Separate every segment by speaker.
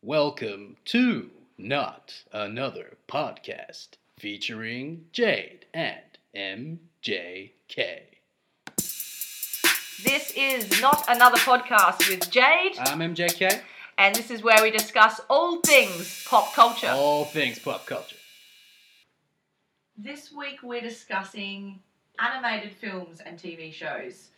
Speaker 1: Welcome to Not Another Podcast featuring Jade and MJK.
Speaker 2: This is Not Another Podcast with Jade,
Speaker 1: I'm MJK.
Speaker 2: and this is where we discuss all things pop culture.
Speaker 1: All things pop culture.
Speaker 2: This week we're discussing animated films and TV shows.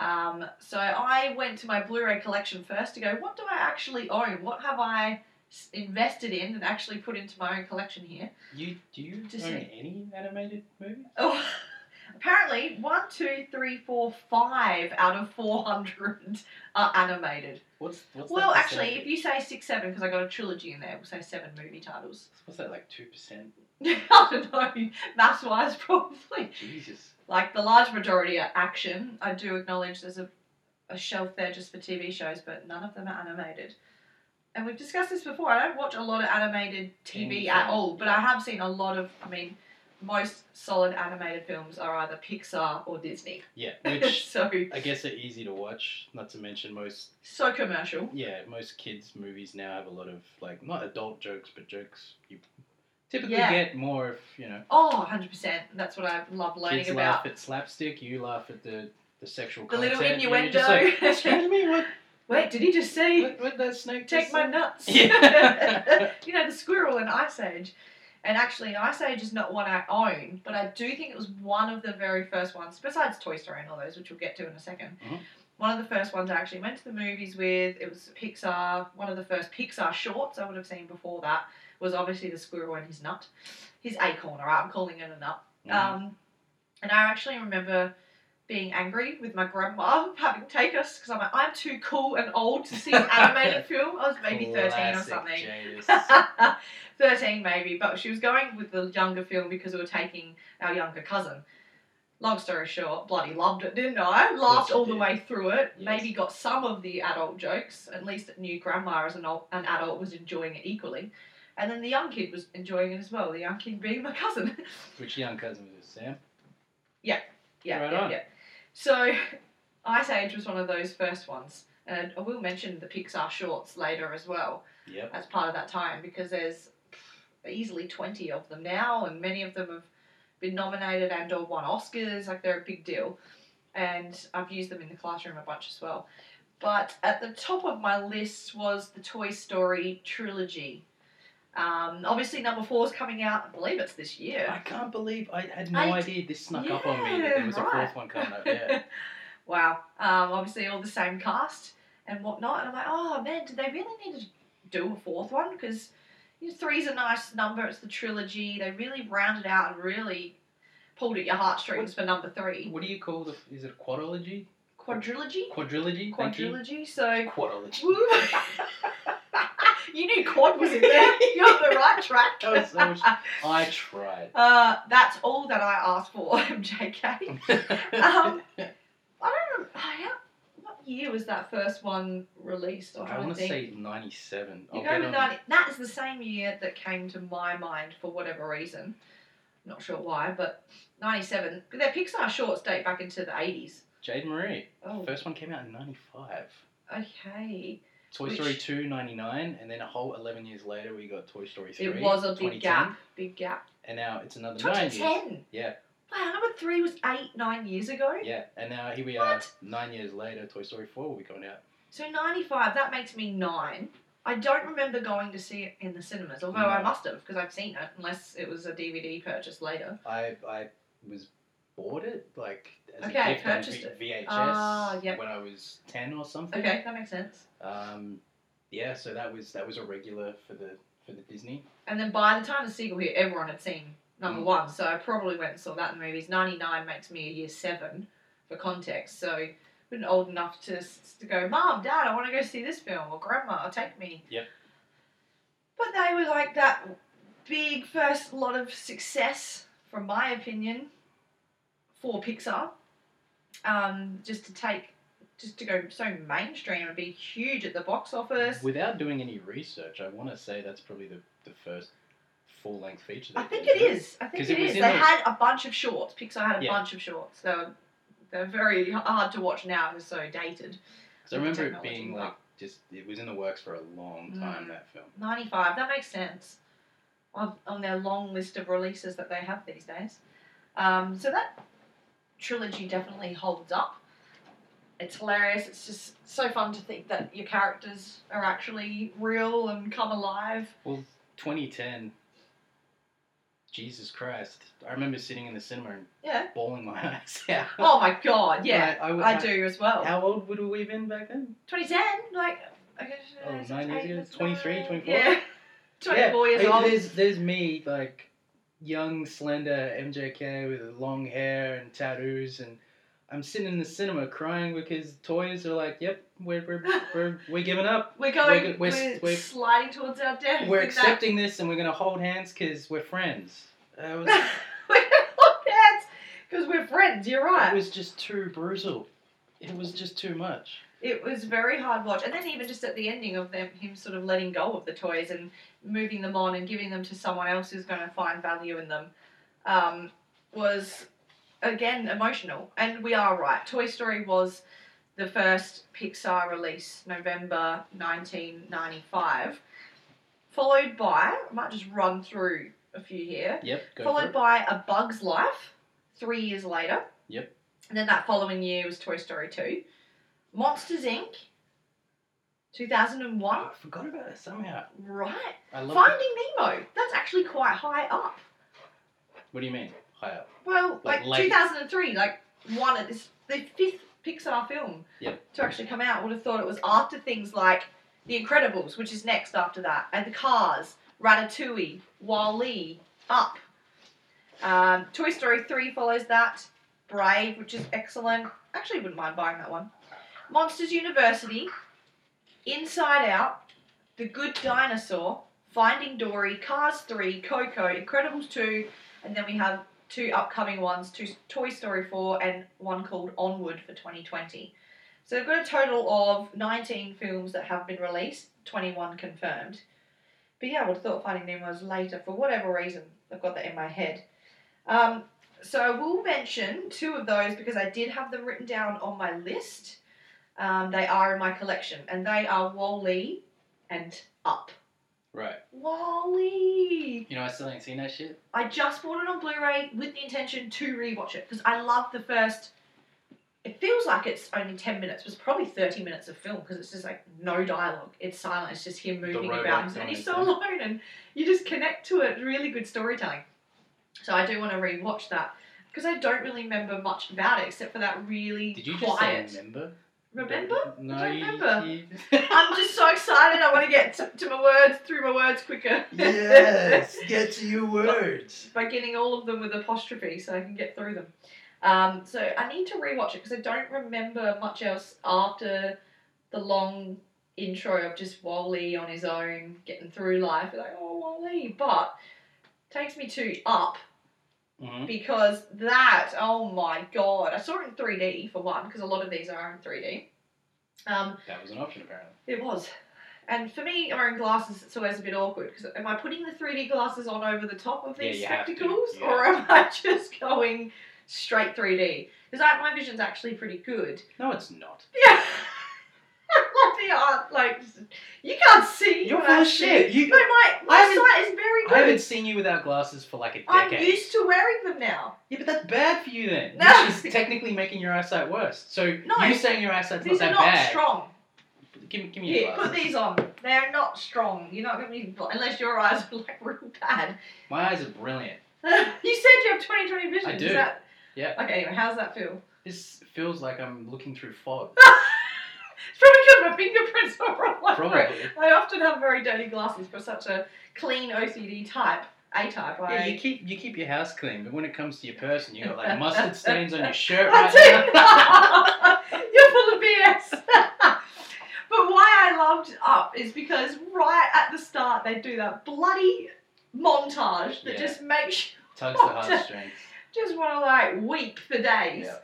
Speaker 2: Um, so I went to my Blu ray collection first to go, what do I actually own? What have I s- invested in and actually put into my own collection here?
Speaker 1: You do you
Speaker 2: Just own say-
Speaker 1: any animated movies?
Speaker 2: Oh, apparently, one, two, three, four, five out of 400 are animated.
Speaker 1: What's what's
Speaker 2: Well, actually, if you say six, seven, because I got a trilogy in there, we'll say seven movie titles.
Speaker 1: what's that like two percent?
Speaker 2: I don't know, maths wise, probably.
Speaker 1: Jesus.
Speaker 2: Like the large majority are action. I do acknowledge there's a, a shelf there just for TV shows, but none of them are animated. And we've discussed this before. I don't watch a lot of animated TV
Speaker 1: Anything.
Speaker 2: at all, but I have seen a lot of, I mean, most solid animated films are either Pixar or Disney.
Speaker 1: Yeah, which
Speaker 2: so,
Speaker 1: I guess are easy to watch. Not to mention most
Speaker 2: so commercial.
Speaker 1: yeah most kids movies now have a lot of like not adult jokes but jokes you typically
Speaker 2: Yeah.
Speaker 1: get more if you know
Speaker 2: Oh, 100%. That's what I love learning
Speaker 1: kids
Speaker 2: about.
Speaker 1: laugh at slapstick, you laugh at the the sexual
Speaker 2: The
Speaker 1: content.
Speaker 2: little
Speaker 1: you're just
Speaker 2: innuendo.
Speaker 1: like, Excuse me, what?
Speaker 2: Wait, did he just say?
Speaker 1: What, what that snake?
Speaker 2: Take
Speaker 1: just
Speaker 2: my
Speaker 1: say?"
Speaker 2: nuts.
Speaker 1: Yeah.
Speaker 2: you know, the squirrel in Ice Age. And actually, Ice Age is not one I own, but I do think it was one of the very first ones, besides Toy Story and all those, which we'll get to in a 2nd
Speaker 1: Mhm.
Speaker 2: One of the first ones I actually went to the movies with, it was Pixar, one of the first Pixar shorts I would have seen before that was obviously the squirrel and his nut, his acorn, all right, I'm calling it a nut.
Speaker 1: Mhm.
Speaker 2: Um, and I actually remember being angry with my grandma having take us because I'm like, I'm too cool and old to see an animated film. I was maybe 13 or
Speaker 1: Classic
Speaker 2: something.
Speaker 1: Jadis.
Speaker 2: 13 maybe, but she was going with the younger film because we were taking our younger cousin. Long story short, bloody loved it, didn't I? Laughed
Speaker 1: you
Speaker 2: all the
Speaker 1: did.
Speaker 2: way through it.
Speaker 1: Yes.
Speaker 2: Maybe got some of the adult jokes. At least it knew grandma as an, old, an adult was enjoying it equally. And then the young kid was enjoying it as well. The young kid being my cousin.
Speaker 1: Which young cousin was this, Sam?
Speaker 2: Yeah,
Speaker 1: Right
Speaker 2: yeah,
Speaker 1: on.
Speaker 2: yeah. So, Ice Age was one of those first ones, and I will mention the Pixar shorts later as well
Speaker 1: Yep.
Speaker 2: as part of that time because there's easily twenty of them now, and many of them have been nominated and or won Oscars. Like they're a big deal, and I've used them in the classroom a bunch as well. But at the top of my list was the Toy Story trilogy. Um, obviously, number four is coming out. I believe it's this year.
Speaker 1: I can't believe I had no
Speaker 2: I
Speaker 1: idea this snuck up on me that
Speaker 2: Yeah,
Speaker 1: there was a
Speaker 2: right.
Speaker 1: fourth one coming up. Yeah.
Speaker 2: wow. Um, obviously, all the same cast and whatnot. And I'm like, oh man, do they really need to do a fourth one? Because you know, three's a nice number. It's the trilogy. They really rounded out and really pulled at your heartstrings for number three.
Speaker 1: What do you call the? Is it a quadrilogy?
Speaker 2: Quadrilogy?
Speaker 1: Quadrilogy. Thank you.
Speaker 2: Quadrilogy. So.
Speaker 1: Quadrilogy.
Speaker 2: Woo. you knew quad was in there. You're on the right track.
Speaker 1: That was so much- I tried.
Speaker 2: Uh, that's all that I asked for, MJK. Um, I don't remember. How, what year was that first one released? I'm
Speaker 1: I
Speaker 2: trying to
Speaker 1: want to
Speaker 2: think.
Speaker 1: say ninety-seven.
Speaker 2: you
Speaker 1: I'll
Speaker 2: go
Speaker 1: get
Speaker 2: with
Speaker 1: on-
Speaker 2: 90. That is the same year that came to my mind for whatever reason. Not sure why, but 97. Their Pixar shorts date back into the 80s.
Speaker 1: Jade Marie.
Speaker 2: Oh,
Speaker 1: First one came out in 95.
Speaker 2: okay.
Speaker 1: Toy
Speaker 2: Which-
Speaker 1: Story 2, 99, and then a whole 11 years later we got Toy Story 3.
Speaker 2: It was a big
Speaker 1: 2010,
Speaker 2: gap. Big gap.
Speaker 1: And now it's another 9 years.
Speaker 2: 2010.
Speaker 1: Yeah.
Speaker 2: Wow, number three was eight, nine years ago.
Speaker 1: Yeah, and now here we are,
Speaker 2: What?
Speaker 1: 9 years later, Toy Story 4 will be coming out.
Speaker 2: So 95, that makes me nine. I don't remember going to see it in the cinemas, although I
Speaker 1: No.
Speaker 2: must have because I've seen it, unless it was a DVD purchase later.
Speaker 1: I, I was bought it, like, as
Speaker 2: Okay,
Speaker 1: a gift on
Speaker 2: purchased
Speaker 1: v-
Speaker 2: it.
Speaker 1: VHS
Speaker 2: Ah, yep.
Speaker 1: when I was 10 or something.
Speaker 2: Okay, that makes sense.
Speaker 1: Um, yeah, so that was that was a regular for the for the Disney.
Speaker 2: And then by the time the sequel hit, everyone had seen number
Speaker 1: Mm.
Speaker 2: one, so I probably went and saw that in the movies. 99 makes me a year seven for context, so been old enough to, s- to go, Mom, Dad, I want to go see this film, or Grandma, take me.
Speaker 1: Yep.
Speaker 2: But they were like that big first lot of success, from my opinion, for Pixar. Um, just to take, just to go so mainstream and be huge at the box office.
Speaker 1: Without doing any research, I want to say that's probably the, the first full length feature.
Speaker 2: I
Speaker 1: they
Speaker 2: think
Speaker 1: did,
Speaker 2: it
Speaker 1: isn't
Speaker 2: is. I think
Speaker 1: 'Cause
Speaker 2: it
Speaker 1: it was
Speaker 2: is. They
Speaker 1: in the-
Speaker 2: had a bunch of shorts. Pixar had a
Speaker 1: Yeah.
Speaker 2: bunch of shorts. They're they're very hard to watch now. They're so dated.
Speaker 1: So I remember it
Speaker 2: Technology,
Speaker 1: being
Speaker 2: wow.
Speaker 1: like just it was in the works for a long time.
Speaker 2: Mm.
Speaker 1: That film.
Speaker 2: 95, that makes sense on, on their long list of releases that they have these days. Um, so that trilogy definitely holds up. It's hilarious. It's just so fun to think that your characters are actually real and come alive.
Speaker 1: Well, 2010. Jesus Christ! I remember sitting in the cinema and
Speaker 2: Yeah.
Speaker 1: bawling my eyes out.
Speaker 2: Oh my god, yeah.
Speaker 1: I, would-
Speaker 2: I do as well.
Speaker 1: How old would we have been back then?
Speaker 2: 2010, like. I guess,
Speaker 1: Oh,
Speaker 2: uh,
Speaker 1: nine years
Speaker 2: eight,
Speaker 1: ago?
Speaker 2: that's
Speaker 1: 23,
Speaker 2: nine.
Speaker 1: 24?
Speaker 2: Yeah. 24 years
Speaker 1: I mean,
Speaker 2: old.
Speaker 1: There's, there's me, like, young, slender MJK with long hair and tattoos, and I'm sitting in the cinema crying because toys are like, yep, we're, we're, we're, we're giving up.
Speaker 2: We're going.
Speaker 1: We're-
Speaker 2: We're,
Speaker 1: we're- we're-
Speaker 2: sliding towards our death.
Speaker 1: We're
Speaker 2: with that.
Speaker 1: accepting this and we're going to hold hands because we're friends. That was,
Speaker 2: because we're friends. You're
Speaker 1: it
Speaker 2: right.
Speaker 1: was just too brutal. It was just too much.
Speaker 2: It was very hard watch, and then even just at the ending of them, him sort of letting go of the toys and moving them on and giving them to someone else who's going to find value in them, um, was again emotional. And we are right. Toy Story was the first Pixar release, November 1995, followed by I might just run through a few here.
Speaker 1: Yep, go for
Speaker 2: followed
Speaker 1: it.
Speaker 2: by A Bug's Life three years later.
Speaker 1: Yep.
Speaker 2: And then that following year was Toy Story 2. Monsters Inc. 2001.
Speaker 1: Oh, I forgot about that somehow.
Speaker 2: Right.
Speaker 1: I love it.
Speaker 2: Finding Nemo. That's actually quite high up.
Speaker 1: What do you mean? High up.
Speaker 2: Well,
Speaker 1: Like
Speaker 2: like,
Speaker 1: late.
Speaker 2: 2003, like one of this, the fifth Pixar film
Speaker 1: Yep.
Speaker 2: to actually come out. Would have thought it was after things like The Incredibles, which is next after that, and The Cars, Ratatouille, Wall-E, Up. Um, Toy Story 3 follows that. Brave, which is excellent. Actually, wouldn't mind buying that one. Monsters University, Inside Out, The Good Dinosaur, Finding Dory, Cars 3, Coco, Incredibles 2, and then we have two upcoming ones, two Toy Story 4 and one called Onward for 2020. So we've got a total of 19 films that have been released, 21 confirmed. But yeah, I would have thought Finding Nemo was later for whatever reason. I've got that in my head. Um, so I will mention two of those because I did have them written down on my list. Um, they are in my collection, and they are Wally and Up.
Speaker 1: Right.
Speaker 2: Wally.
Speaker 1: You know, I still ain't seen that shit.
Speaker 2: I just bought it on Blu-ray with the intention to rewatch it because I love the first. It feels like it's only ten minutes, but it's probably thirty minutes of film because it's just like no dialogue. It's silent. It's just him moving
Speaker 1: robot
Speaker 2: about, and
Speaker 1: going
Speaker 2: he's so
Speaker 1: insane.
Speaker 2: alone, and you just connect to it. Really good storytelling. So I do want to rewatch that because I don't really remember much about it except for that really
Speaker 1: Did you just
Speaker 2: quiet.
Speaker 1: say remember?
Speaker 2: remember?
Speaker 1: No,
Speaker 2: I don't
Speaker 1: you-
Speaker 2: remember.
Speaker 1: you-
Speaker 2: I'm just so excited. I want to get to, to my words through my words quicker.
Speaker 1: get to your words.
Speaker 2: by getting all of them with apostrophe so I can get through them. Um, so I need to rewatch it because I don't remember much else after the long intro of just Wally on his own getting through life. Like, oh, Wally. But takes me to Up
Speaker 1: hmm
Speaker 2: because that, oh my god. I saw it in 3D for one because a lot of these are in 3D. Um,
Speaker 1: That was an option, apparently.
Speaker 2: it was. And for me, wearing glasses, it's always a bit awkward because am I putting the 3D glasses on over the top of
Speaker 1: Yeah,
Speaker 2: these
Speaker 1: you have to,
Speaker 2: spectacles
Speaker 1: yeah.
Speaker 2: or am I just going straight 3D? Because my vision's actually pretty good.
Speaker 1: No, it's not.
Speaker 2: Yeah. they are, like, you can't see.
Speaker 1: You're
Speaker 2: what
Speaker 1: full
Speaker 2: I
Speaker 1: of
Speaker 2: see.
Speaker 1: shit. You,
Speaker 2: But my,
Speaker 1: I
Speaker 2: my
Speaker 1: haven't-
Speaker 2: sight is very
Speaker 1: I haven't
Speaker 2: good.
Speaker 1: seen you without glasses for like a
Speaker 2: I'm
Speaker 1: decade.
Speaker 2: used to wearing them now.
Speaker 1: Yeah, but that's bad for you then.
Speaker 2: No.
Speaker 1: Which is technically making your eyesight worse. So
Speaker 2: No.
Speaker 1: you saying your eyesight's
Speaker 2: These
Speaker 1: not
Speaker 2: are
Speaker 1: that
Speaker 2: not
Speaker 1: bad.
Speaker 2: strong.
Speaker 1: Give, give me your
Speaker 2: Yeah, put
Speaker 1: glasses.
Speaker 2: these on. They're not strong. You're not going to be, unless your eyes are like real bad.
Speaker 1: My eyes are brilliant.
Speaker 2: you said you have 20/20 vision.
Speaker 1: I
Speaker 2: is
Speaker 1: do.
Speaker 2: that-
Speaker 1: Yeah.
Speaker 2: Okay, anyway, how's that feel?
Speaker 1: This feels like I'm looking through fog.
Speaker 2: It's probably because my fingerprints are all over it.
Speaker 1: Probably.
Speaker 2: I often have very dirty glasses for such a clean OCD type, A type. I,
Speaker 1: Yeah, you keep you keep your house clean, but when it comes to your person, you got like mustard stains on your shirt
Speaker 2: I
Speaker 1: right now.
Speaker 2: do. You're full of BS. but why I loved Up is because right at the start they do that bloody montage that
Speaker 1: Yeah.
Speaker 2: just makes
Speaker 1: Tugs the heartstrings.
Speaker 2: you just want to like weep for days.
Speaker 1: Yeah.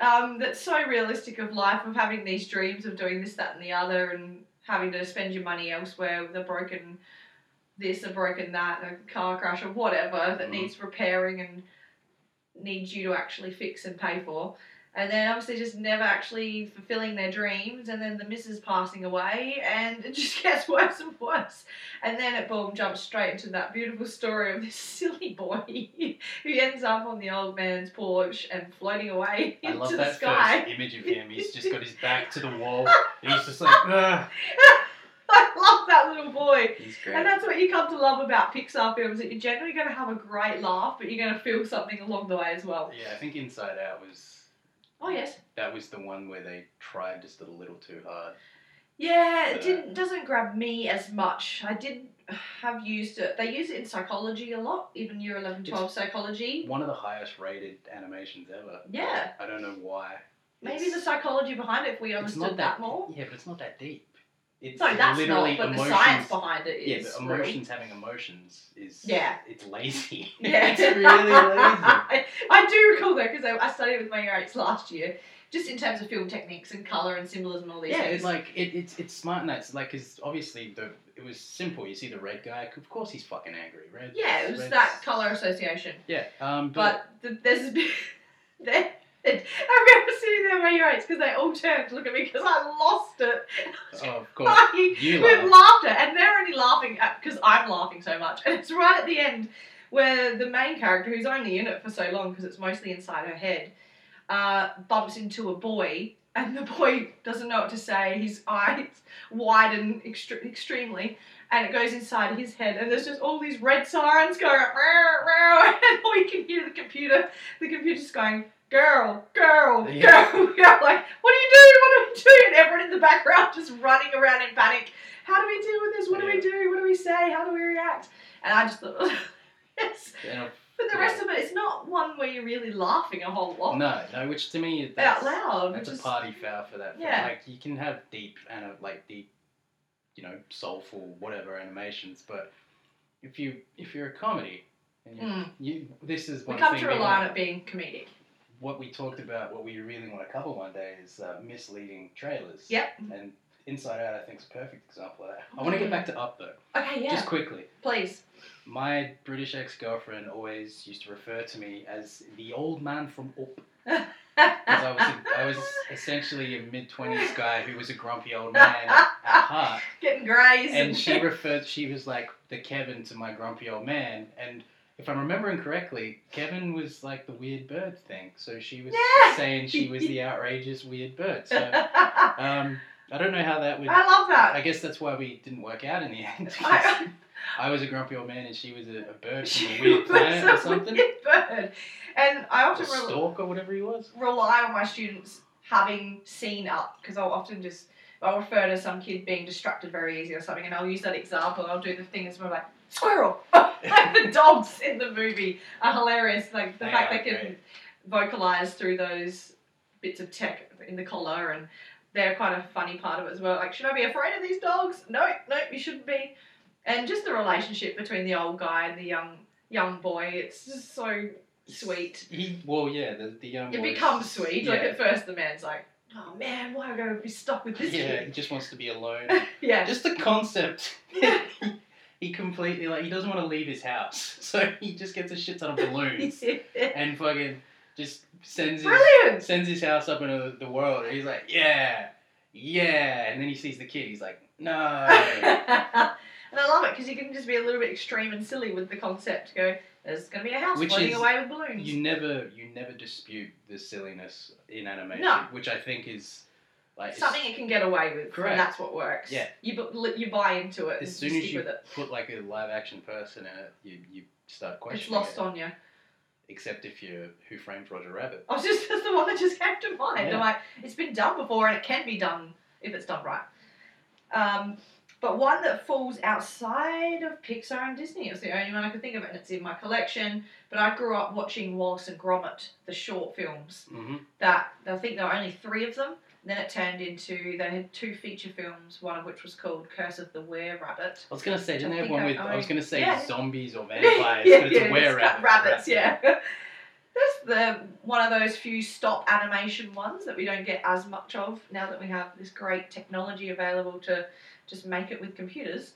Speaker 2: um, that's so realistic of life of having these dreams of doing this, that, and the other, and having to spend your money elsewhere with a broken this, a broken that, a car crash, or whatever that
Speaker 1: Mhm.
Speaker 2: needs repairing and needs you to actually fix and pay for. and then obviously just never actually fulfilling their dreams, and then the missus passing away, and it just gets worse and worse. And then it boom jumps straight into that beautiful story of this silly boy who ends up on the old man's porch and floating away
Speaker 3: I
Speaker 2: into
Speaker 3: love
Speaker 2: the
Speaker 3: that
Speaker 2: sky.
Speaker 3: first image of him. He's just got his back to the wall. And he's just like, "Ah."
Speaker 2: I love that little boy.
Speaker 3: he's
Speaker 2: And
Speaker 3: great.
Speaker 2: that's what you come to love about Pixar films that you're generally going to have a great laugh, but you're going to feel something along the way as well.
Speaker 3: Yeah,
Speaker 1: I think Inside Out was
Speaker 2: Oh yes,
Speaker 1: that was the one where they tried just a little too hard.
Speaker 2: yeah.
Speaker 1: Yeah.
Speaker 2: It didn't doesn't grab me as much. I did have used it. They use it in psychology a lot, even year 11, 12 psychology.
Speaker 1: One of the highest rated animations ever.
Speaker 2: Yeah.
Speaker 1: I don't know why.
Speaker 2: Maybe
Speaker 1: It's-
Speaker 2: the psychology behind it, if we
Speaker 1: it's
Speaker 2: understood
Speaker 1: not
Speaker 2: that, more.
Speaker 1: Yeah, but it's not that deep. It's
Speaker 2: No, that's
Speaker 1: literally
Speaker 2: not. But
Speaker 1: emotions.
Speaker 2: the science behind it
Speaker 1: yeah,
Speaker 2: is
Speaker 1: but
Speaker 2: really-
Speaker 1: emotions having emotions is
Speaker 2: Yeah.
Speaker 1: It's lazy.
Speaker 2: Yeah,
Speaker 1: it's really lazy.
Speaker 2: I, I do recall that because I, I studied it with my year eights last year, just in terms of film techniques and color and symbolism and all these
Speaker 1: Yeah,
Speaker 2: things.
Speaker 1: it's like it, it's it's smart and that's like because obviously the it was simple. You see the red guy, of course he's fucking angry. Red.
Speaker 2: yeah, it was
Speaker 1: red's-
Speaker 2: that color association.
Speaker 1: Yeah, um, but,
Speaker 2: But th there's a bit. there- I remember sitting there in my year eights because they all turned to look at me because I lost it.
Speaker 1: oh, of course
Speaker 2: Like,
Speaker 1: you
Speaker 2: with
Speaker 1: laugh.
Speaker 2: laughter, and they're only laughing because I'm laughing so much. And it's right at the end where the main character, who's only in it for so long because it's mostly inside her head, uh, bumps into a boy, and the boy doesn't know what to say. His eyes widen extre- extremely, and it goes inside his head, and there's just all these red sirens going, "Row, row," and all you can hear the computer, the computer's going. Girl, girl,
Speaker 1: Yeah.
Speaker 2: girl, girl, like, what do you do? What do we do? And everyone in the background just running around in panic how do we deal with this? What do we do? What do we say? How do we react? And I just thought, "Oh, yes.
Speaker 1: And of
Speaker 2: But the rest of it, it's not one where you're really laughing a whole lot
Speaker 1: No, no, which to me that's,
Speaker 2: out loud.
Speaker 1: that's
Speaker 2: which
Speaker 1: a
Speaker 2: is-
Speaker 1: party foul for that. film.
Speaker 2: Yeah.
Speaker 1: Like you can have deep and uh, like deep, you know, soulful whatever animations, but if you if you're a comedy and you,
Speaker 2: Mm.
Speaker 1: you this is
Speaker 2: We
Speaker 1: one
Speaker 2: come
Speaker 1: thing
Speaker 2: to
Speaker 1: we
Speaker 2: rely on
Speaker 1: want-
Speaker 2: it being comedic.
Speaker 1: what we talked about, what we really want to cover one day is uh, misleading trailers.
Speaker 2: Yep.
Speaker 1: And Inside Out, I think, is a perfect example of that. I want to get back to Up though,
Speaker 2: Okay, Mm-hmm. yeah.
Speaker 1: just quickly.
Speaker 2: Please.
Speaker 1: My British ex girlfriend always used to refer to me as the old man from Up. Because I was, a, I was essentially a mid twenties guy who was a grumpy old man at heart,
Speaker 2: Getting grazed.
Speaker 1: and she referred. She was like the Kevin to my grumpy old man, and if I'm remembering correctly, Kevin was like the weird bird thing. So she was
Speaker 2: Yeah.
Speaker 1: saying she was the outrageous weird bird. So
Speaker 2: I
Speaker 1: um, I don't know how that would.
Speaker 2: love that.
Speaker 1: I guess that's why we didn't work out in the end. because
Speaker 2: I,
Speaker 1: I was a grumpy old man, and she was a, a bird from a
Speaker 2: she
Speaker 1: weird
Speaker 2: was
Speaker 1: planet or
Speaker 2: a
Speaker 1: something,
Speaker 2: weird bird. And I
Speaker 1: or
Speaker 2: often rel-
Speaker 1: stork or whatever he was.
Speaker 2: rely on my students having seen up because I'll often just I'll refer to some kid being distracted very easy or something, and I'll use that example. and I'll do the thing as well, like squirrel, like the dogs in the movie are hilarious. Like the
Speaker 1: They
Speaker 2: fact
Speaker 1: are
Speaker 2: they can
Speaker 1: great.
Speaker 2: vocalize through those bits of tech in the collar, and they're quite a funny part of it as well. Like, should I be afraid of these dogs? No, no, you shouldn't be. And just the relationship between the old guy and the young young boy, it's just so sweet.
Speaker 1: He well, yeah, the the young.
Speaker 2: It
Speaker 1: boys-
Speaker 2: becomes sweet. Like
Speaker 1: yeah.
Speaker 2: at first, the man's like, "Oh man, why am I going to be stuck with this
Speaker 1: Yeah, he
Speaker 2: kid?"
Speaker 1: just wants to be alone.
Speaker 2: yeah,
Speaker 1: just the concept.
Speaker 2: Yeah.
Speaker 1: he completely like he doesn't want to leave his house, so he just gets a shit ton of balloons and fucking just sends his
Speaker 2: brilliant.
Speaker 1: sends his house up into the world. And he's like, yeah, yeah, and then he sees the kid. He's like, no. uh,
Speaker 2: and I love it because you can just be a little bit extreme and silly with the concept. Go, there's going to be a house
Speaker 1: Which
Speaker 2: floating
Speaker 1: is-
Speaker 2: away with balloons.
Speaker 1: you never you never dispute the silliness in animation,
Speaker 2: No.
Speaker 1: which I think is like as-
Speaker 2: Something you can get away with.
Speaker 1: Correct.
Speaker 2: And that's what works.
Speaker 1: Yeah.
Speaker 2: You bu- you buy into it.
Speaker 1: As
Speaker 2: and
Speaker 1: soon
Speaker 2: you
Speaker 1: as
Speaker 2: stick
Speaker 1: you
Speaker 2: with it.
Speaker 1: put like a live action person in it, you you start questioning.
Speaker 2: It's lost
Speaker 1: it.
Speaker 2: on you.
Speaker 1: Except if you're Who Framed Roger Rabbit.
Speaker 2: I was just that's the one that just came to mind.
Speaker 1: Yeah.
Speaker 2: I'm like, it's been done before and it can be done if it's done right. Um, but one that falls outside of Pixar and Disney is the only one I could think of, and it's in my collection. But I grew up watching Wallace and Gromit, the short films.
Speaker 1: Mm-hmm.
Speaker 2: That I think there were only three of them. And then it turned into they had two feature films, one of which was called Curse of the Were Rabbit.
Speaker 1: I was gonna say, didn't
Speaker 2: I
Speaker 1: they have
Speaker 2: think
Speaker 1: one
Speaker 2: I-
Speaker 1: with? I,
Speaker 2: I-
Speaker 1: was gonna say
Speaker 2: yeah.
Speaker 1: zombies or vampires,
Speaker 2: Yeah,
Speaker 1: but it's
Speaker 2: yeah,
Speaker 1: a were rabbit.
Speaker 2: Rabbits, yeah. That's the one of those few stop animation ones that we don't get as much of now that we have this great technology available to just make it with computers.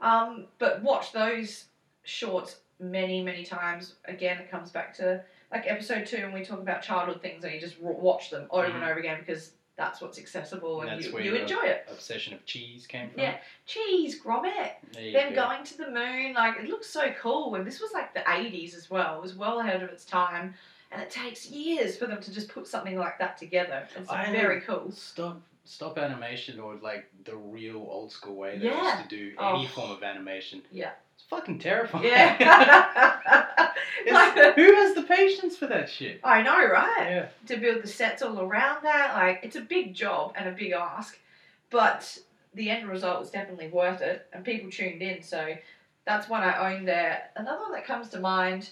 Speaker 2: Um, but watch those shorts many, many times. Again, it comes back to like episode two, and we talk about childhood things, and you just wa- watch them over and
Speaker 3: Mhm.
Speaker 2: over again because that's what's accessible, and
Speaker 1: That's
Speaker 2: you,
Speaker 1: where
Speaker 2: you
Speaker 1: you're- Oh.
Speaker 2: enjoy it.
Speaker 1: Obsession of cheese came from.
Speaker 2: Yeah. Jeez, Gromit.
Speaker 1: There you
Speaker 2: Them
Speaker 1: go.
Speaker 2: going to the moon, like it looks so cool. And this was like the 80s as well. It was well ahead of its time. And it takes years for them to just put something like that together. It's
Speaker 1: I
Speaker 2: very cool.
Speaker 1: Stop stop animation or like the real old school way they
Speaker 2: Yeah.
Speaker 1: used to do
Speaker 2: Oh.
Speaker 1: any form of animation.
Speaker 2: Yeah.
Speaker 1: It's fucking terrifying.
Speaker 2: Yeah.
Speaker 1: It's- who has the patience for that shit?
Speaker 2: I know, right?
Speaker 1: Yeah.
Speaker 2: To build the sets all around that, like it's a big job and a big ask. But the end result was definitely worth it and people tuned in, so that's one I own there. Another one that comes to mind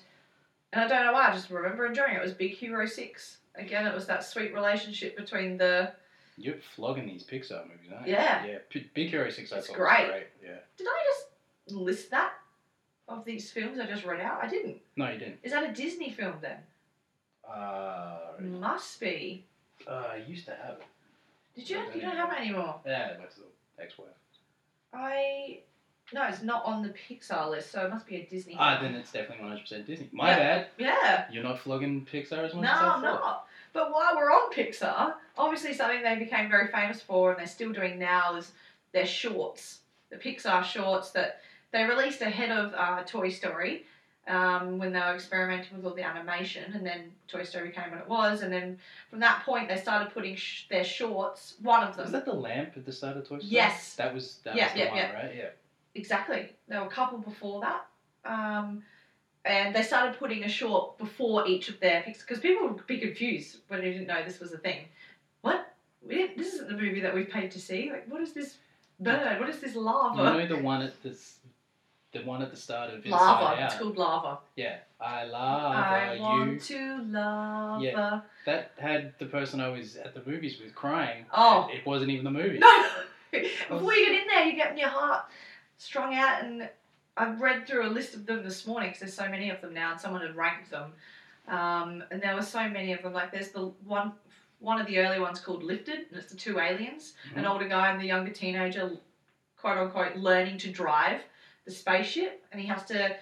Speaker 2: and I don't know why, I just remember enjoying it was Big Hero Six. Again, it was that sweet relationship between the
Speaker 1: You're flogging these Pixar movies, aren't you?
Speaker 2: Yeah.
Speaker 1: Yeah. P- Big Hero 6 I
Speaker 2: It's
Speaker 1: thought
Speaker 2: great.
Speaker 1: was great. Yeah.
Speaker 2: Did I just list that of these films I just read out? I didn't.
Speaker 1: No, you didn't.
Speaker 2: Is that a Disney film then?
Speaker 1: Uh,
Speaker 2: Mm. Must be.
Speaker 1: uh, I used to have it.
Speaker 2: Did you? You don't have it anymore.
Speaker 1: Yeah, that's the ex-wife.
Speaker 2: I. No, it's not on the Pixar list, so it must be a Disney.
Speaker 1: Ah,
Speaker 2: film.
Speaker 1: then it's definitely 100% Disney. My
Speaker 2: Yeah.
Speaker 1: bad.
Speaker 2: Yeah.
Speaker 1: You're not flogging Pixar as much
Speaker 2: No,
Speaker 1: as I thought.
Speaker 2: I'm not. But while we're on Pixar, obviously something they became very famous for and they're still doing now is their shorts, the Pixar shorts that they released ahead of uh, Toy Story um, when they were experimenting with all the animation, and then Toy Story became what it was, and then from that point they started putting sh- their shorts, one of
Speaker 1: Was
Speaker 2: them.
Speaker 1: that the lamp at the start of Toy Story?
Speaker 2: Yes.
Speaker 1: That was that
Speaker 2: Yeah,
Speaker 1: was the
Speaker 2: yeah,
Speaker 1: one,
Speaker 2: yeah.
Speaker 1: right? Yeah.
Speaker 2: Exactly. There were a couple before that. Um, and they started putting a short before each of their picks because people would be confused when they didn't know this was a thing. What? We didn't, this isn't the movie that we've paid to see. Like, what is this bird? What is this lava?
Speaker 1: You know the one at this, the one at the start of Inside
Speaker 2: lava. It's
Speaker 1: Out.
Speaker 2: called lava.
Speaker 1: Yeah, I love
Speaker 2: I
Speaker 1: you.
Speaker 2: want to lava.
Speaker 1: Yeah. That had the person I was at the movies with crying.
Speaker 2: Oh.
Speaker 1: and It wasn't even the movie.
Speaker 2: No. Before you get in there, you get your heart strung out, and I've read through a list of them this morning because there's so many of them now, and someone had ranked them, um, and there were so many of them. Like there's the one, one of the early ones called Lifted, and it's the two aliens, an
Speaker 1: Mhm.
Speaker 2: older guy and the younger teenager, quote unquote, learning to drive the spaceship, and he has to.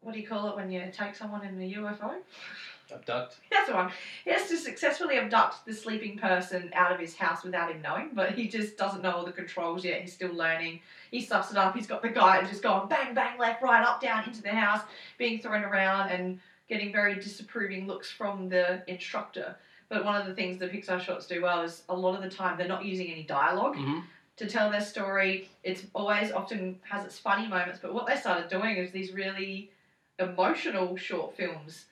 Speaker 2: What do you call it when you take someone in a UFO?
Speaker 1: Abduct.
Speaker 2: That's the one. He has to successfully abduct the sleeping person out of his house without him knowing, but he just doesn't know all the controls yet. He's still learning. He stuffs it up. He's got the guy just going bang, bang, left, right, up, down, into the house, being thrown around and getting very disapproving looks from the instructor. But one of the things the Pixar shots do well is a lot of the time they're not using any dialogue
Speaker 1: hmm
Speaker 2: to tell their story. It's always often has its funny moments, but what they started doing is these really emotional short films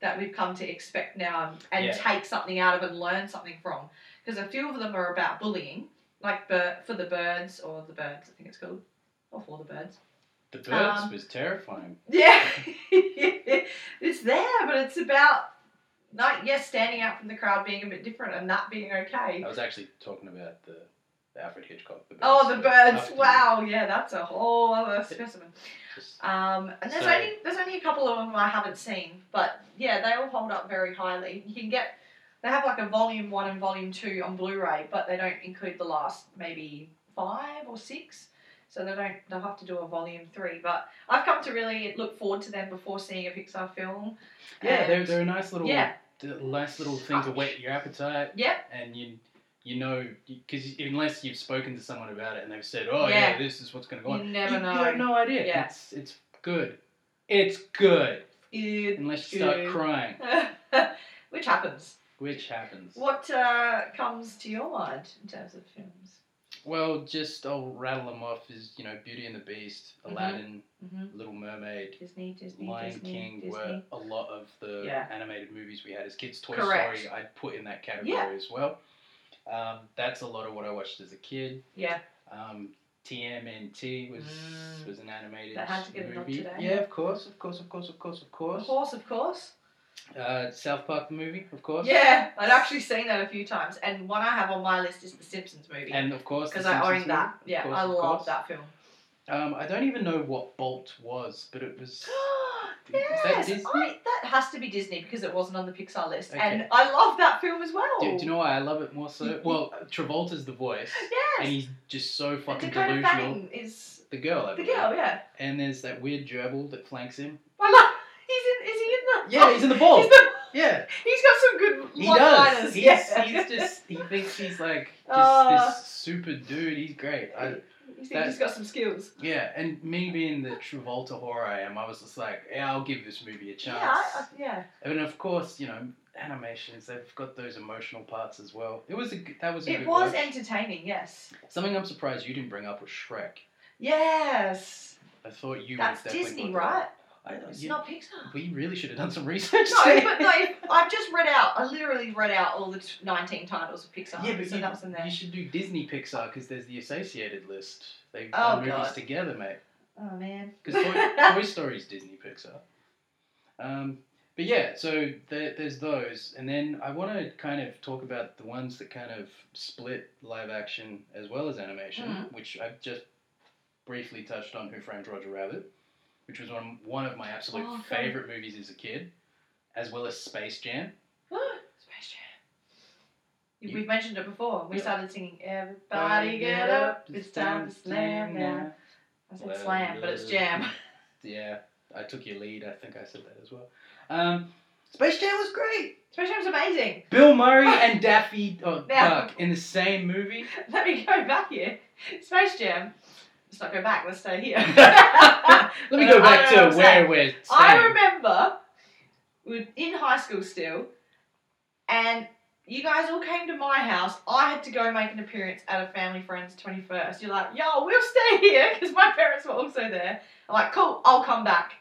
Speaker 2: that we've come to expect now and, and
Speaker 1: Yeah.
Speaker 2: take something out of and learn something from. Because a few of them are about bullying, like bir- for the birds or the birds, I think it's called, or for the birds.
Speaker 1: The birds
Speaker 2: Um,
Speaker 1: was terrifying.
Speaker 2: Yeah, it's there, but it's about not yes standing out from the crowd, being a bit different, and that being okay.
Speaker 1: I was actually talking about the, the Alfred Hitchcock. The birds
Speaker 2: Oh, the birds!
Speaker 1: After you.
Speaker 2: Wow, yeah, that's a whole other specimen.
Speaker 1: Just-
Speaker 2: Um, and there's
Speaker 1: So-
Speaker 2: only there's only a couple of them I haven't seen, but yeah, they all hold up very highly. You can get they have like a volume one and volume two on Blu-ray, but they don't include the last maybe five or six, so they don't they'll have to do a volume three. But I've come to really look forward to them before seeing a Pixar film.
Speaker 1: yeah,
Speaker 2: and-
Speaker 1: they're, they're a nice little
Speaker 2: yeah.
Speaker 1: d- nice little thing to whet your appetite.
Speaker 2: Yep.
Speaker 1: and you you know because unless you've spoken to someone about it and they've said oh
Speaker 2: Yeah.
Speaker 1: yeah, this is what's going to go
Speaker 2: You
Speaker 1: on
Speaker 2: never
Speaker 1: you,
Speaker 2: know.
Speaker 1: you have no idea
Speaker 2: Yeah.
Speaker 1: it's it's good it's good
Speaker 2: It-
Speaker 1: unless you start
Speaker 2: Good.
Speaker 1: crying
Speaker 2: Which happens.
Speaker 1: which happens
Speaker 2: What uh, comes to your mind in terms of films?
Speaker 1: well just I'll rattle them off is you know Beauty and the Beast
Speaker 2: Mhm.
Speaker 1: Aladdin
Speaker 2: Mm-hmm.
Speaker 1: Little Mermaid
Speaker 2: Disney, Disney,
Speaker 1: Lion
Speaker 2: Disney,
Speaker 1: King
Speaker 2: Disney.
Speaker 1: were a lot of the
Speaker 2: Yeah.
Speaker 1: animated movies we had as kids. Toy
Speaker 2: Correct.
Speaker 1: Story I'd put in that category
Speaker 2: Yeah.
Speaker 1: as well. Um, that's a lot of what I watched as a kid.
Speaker 2: Yeah.
Speaker 1: Um, TMNT was
Speaker 2: Mm.
Speaker 1: was an animated
Speaker 2: That had to get a nod
Speaker 1: movie.
Speaker 2: today.
Speaker 1: Yeah, of course, of course, of course, of course, of
Speaker 2: Of
Speaker 1: course.
Speaker 2: course, of course.
Speaker 1: Uh, South Park the movie, of course.
Speaker 2: Yeah, I'd actually seen that a few times, and one I have on my list is The Simpsons movie
Speaker 1: And of course,
Speaker 2: because
Speaker 1: The
Speaker 2: I
Speaker 1: Simpsons
Speaker 2: own that.
Speaker 1: movie,
Speaker 2: Yeah,
Speaker 1: of course,
Speaker 2: I
Speaker 1: of
Speaker 2: love
Speaker 1: course.
Speaker 2: that film.
Speaker 1: Um, I don't even know what Bolt was, but it was. Is that
Speaker 2: yes,
Speaker 1: Disney?
Speaker 2: I, that has to be Disney because it wasn't on the Pixar list,
Speaker 1: Okay.
Speaker 2: and I love that film as well.
Speaker 1: Do, do Oh! you know why I love it more so? Well, Travolta's the voice, and
Speaker 2: Yes,
Speaker 1: he's just so
Speaker 2: and
Speaker 1: fucking
Speaker 2: Dakota
Speaker 1: delusional.
Speaker 2: Fanning is
Speaker 1: The girl, I
Speaker 2: the
Speaker 1: believe.
Speaker 2: girl. Yeah,
Speaker 1: And there's that weird gerbil that flanks him.
Speaker 2: I love. He's in, is he in that?
Speaker 1: Yeah, he's in the ball.
Speaker 2: He's, the-
Speaker 1: yeah,
Speaker 2: he's got some good
Speaker 1: he
Speaker 2: one-liners.
Speaker 1: does. He's,
Speaker 2: yeah.
Speaker 1: he's just he thinks he's like just
Speaker 2: Uh.
Speaker 1: this super dude. He's great. I,
Speaker 2: You think
Speaker 1: that-
Speaker 2: he's got some skills.
Speaker 1: yeah, and me being the Travolta whore I am, I was just like, yeah, I'll give this movie a chance.
Speaker 2: Yeah, I, I, yeah.
Speaker 1: I mean, of course, you know, animations, they've got those emotional parts as well. It was a, g- that was a
Speaker 2: It
Speaker 1: good
Speaker 2: was
Speaker 1: watch.
Speaker 2: entertaining, yes.
Speaker 1: Something I'm surprised you didn't bring up was Shrek.
Speaker 2: Yes.
Speaker 1: I thought you
Speaker 2: That's
Speaker 1: would have definitely
Speaker 2: Disney,
Speaker 1: brought that
Speaker 2: right?
Speaker 1: up. I,
Speaker 2: It's
Speaker 1: you-
Speaker 2: not Pixar.
Speaker 1: we really should have done some research.
Speaker 2: No,
Speaker 1: there.
Speaker 2: but no, I've just read out, I literally read out all the t- 19 titles of Pixar.
Speaker 1: Yeah, but
Speaker 2: so
Speaker 1: you,
Speaker 2: that was in there.
Speaker 1: you should do Disney Pixar because there's the associated list. They've
Speaker 2: Oh,
Speaker 1: done movies
Speaker 2: God.
Speaker 1: together, mate.
Speaker 2: Oh, man.
Speaker 1: Because Toy, Toy Story's Disney Pixar. Um, but yeah, so there, there's those, and then I want to kind of talk about the ones that kind of split live action as well as animation,
Speaker 2: Mhm.
Speaker 1: which I've just briefly touched on. Who Framed Roger Rabbit, which was one one of my absolute
Speaker 2: Oh, God.
Speaker 1: favorite movies as a kid, as well as Space Jam.
Speaker 2: Space Jam.
Speaker 1: You-
Speaker 2: We've mentioned it before. We
Speaker 1: Yeah.
Speaker 2: started singing Everybody Get Up, it's time to slam now. I said
Speaker 1: Well,
Speaker 2: slam, but it's jam.
Speaker 1: Yeah, I took your lead. I think I said that as well. Um, Space Jam was great.
Speaker 2: Space Jam's amazing.
Speaker 1: Bill Murray and Daffy oh,
Speaker 2: Now-
Speaker 1: Duck in the same movie.
Speaker 2: Let me go back here. Space Jam. Let's not go back, let's stay here.
Speaker 1: Let me go
Speaker 2: I
Speaker 1: back
Speaker 2: don't know what
Speaker 1: to
Speaker 2: I'm
Speaker 1: where
Speaker 2: saying.
Speaker 1: we're
Speaker 2: I
Speaker 1: staying.
Speaker 2: remember we were in high school still, and you guys all came to my house. I had to go make an appearance at a family friend's 21st. You're like, yo, we'll stay here because my parents were also there. I'm like, cool, I'll come back.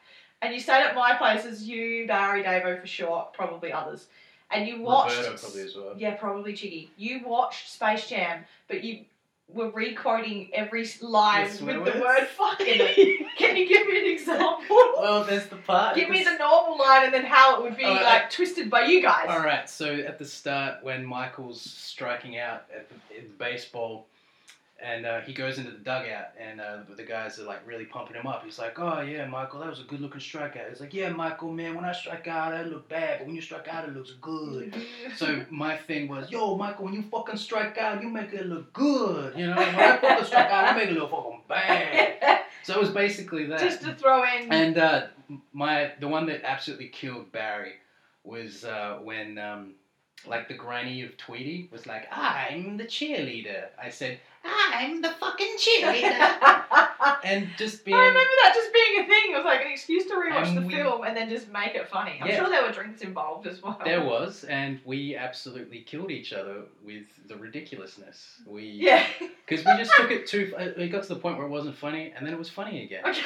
Speaker 2: And you stayed at my place as you, Barry, Davo for short, probably others. And you watched.
Speaker 1: Roberto probably as well.
Speaker 2: Yeah, probably Chiggy. You watched Space Jam, but you were re-quoting every s- line
Speaker 1: The
Speaker 2: with
Speaker 1: swear
Speaker 2: the
Speaker 1: words?
Speaker 2: word fuck in it. Can you give me an example?
Speaker 1: Well, there's the part.
Speaker 2: Give me the normal line and then how it would be
Speaker 1: Alright.
Speaker 2: like twisted by you guys.
Speaker 1: All right. So at the start, when Michael's striking out at the, in baseball, and uh, he goes into the dugout, and uh, the guys are like really pumping him up. He's like, "Oh yeah, Michael, that was a good looking strikeout." He's like, "Yeah, Michael, man, when I strike out, I look bad, but when you strike out, it looks good." So my thing was, "Yo, Michael, when you fucking strike out, you make it look good." You know, when I fucking strike out, I make it look fucking bad. So it was basically that.
Speaker 2: Just to throw in.
Speaker 1: And uh, my the one that absolutely killed Barry was uh, when um, like the granny of Tweety was like, "I'm the cheerleader." I said, "I'm the fucking cheerleader,"
Speaker 2: I
Speaker 1: and just being
Speaker 2: remember that just being a thing. It was like an excuse to rewatch
Speaker 1: And
Speaker 2: the
Speaker 1: we-
Speaker 2: film and then just make it funny. I'm
Speaker 1: Yeah.
Speaker 2: sure there were drinks involved as well.
Speaker 1: there was, and we absolutely killed each other with the ridiculousness. We
Speaker 2: Yeah.
Speaker 1: because we just took it too. It it got to the point where it wasn't funny, and then it was funny again.
Speaker 2: Okay.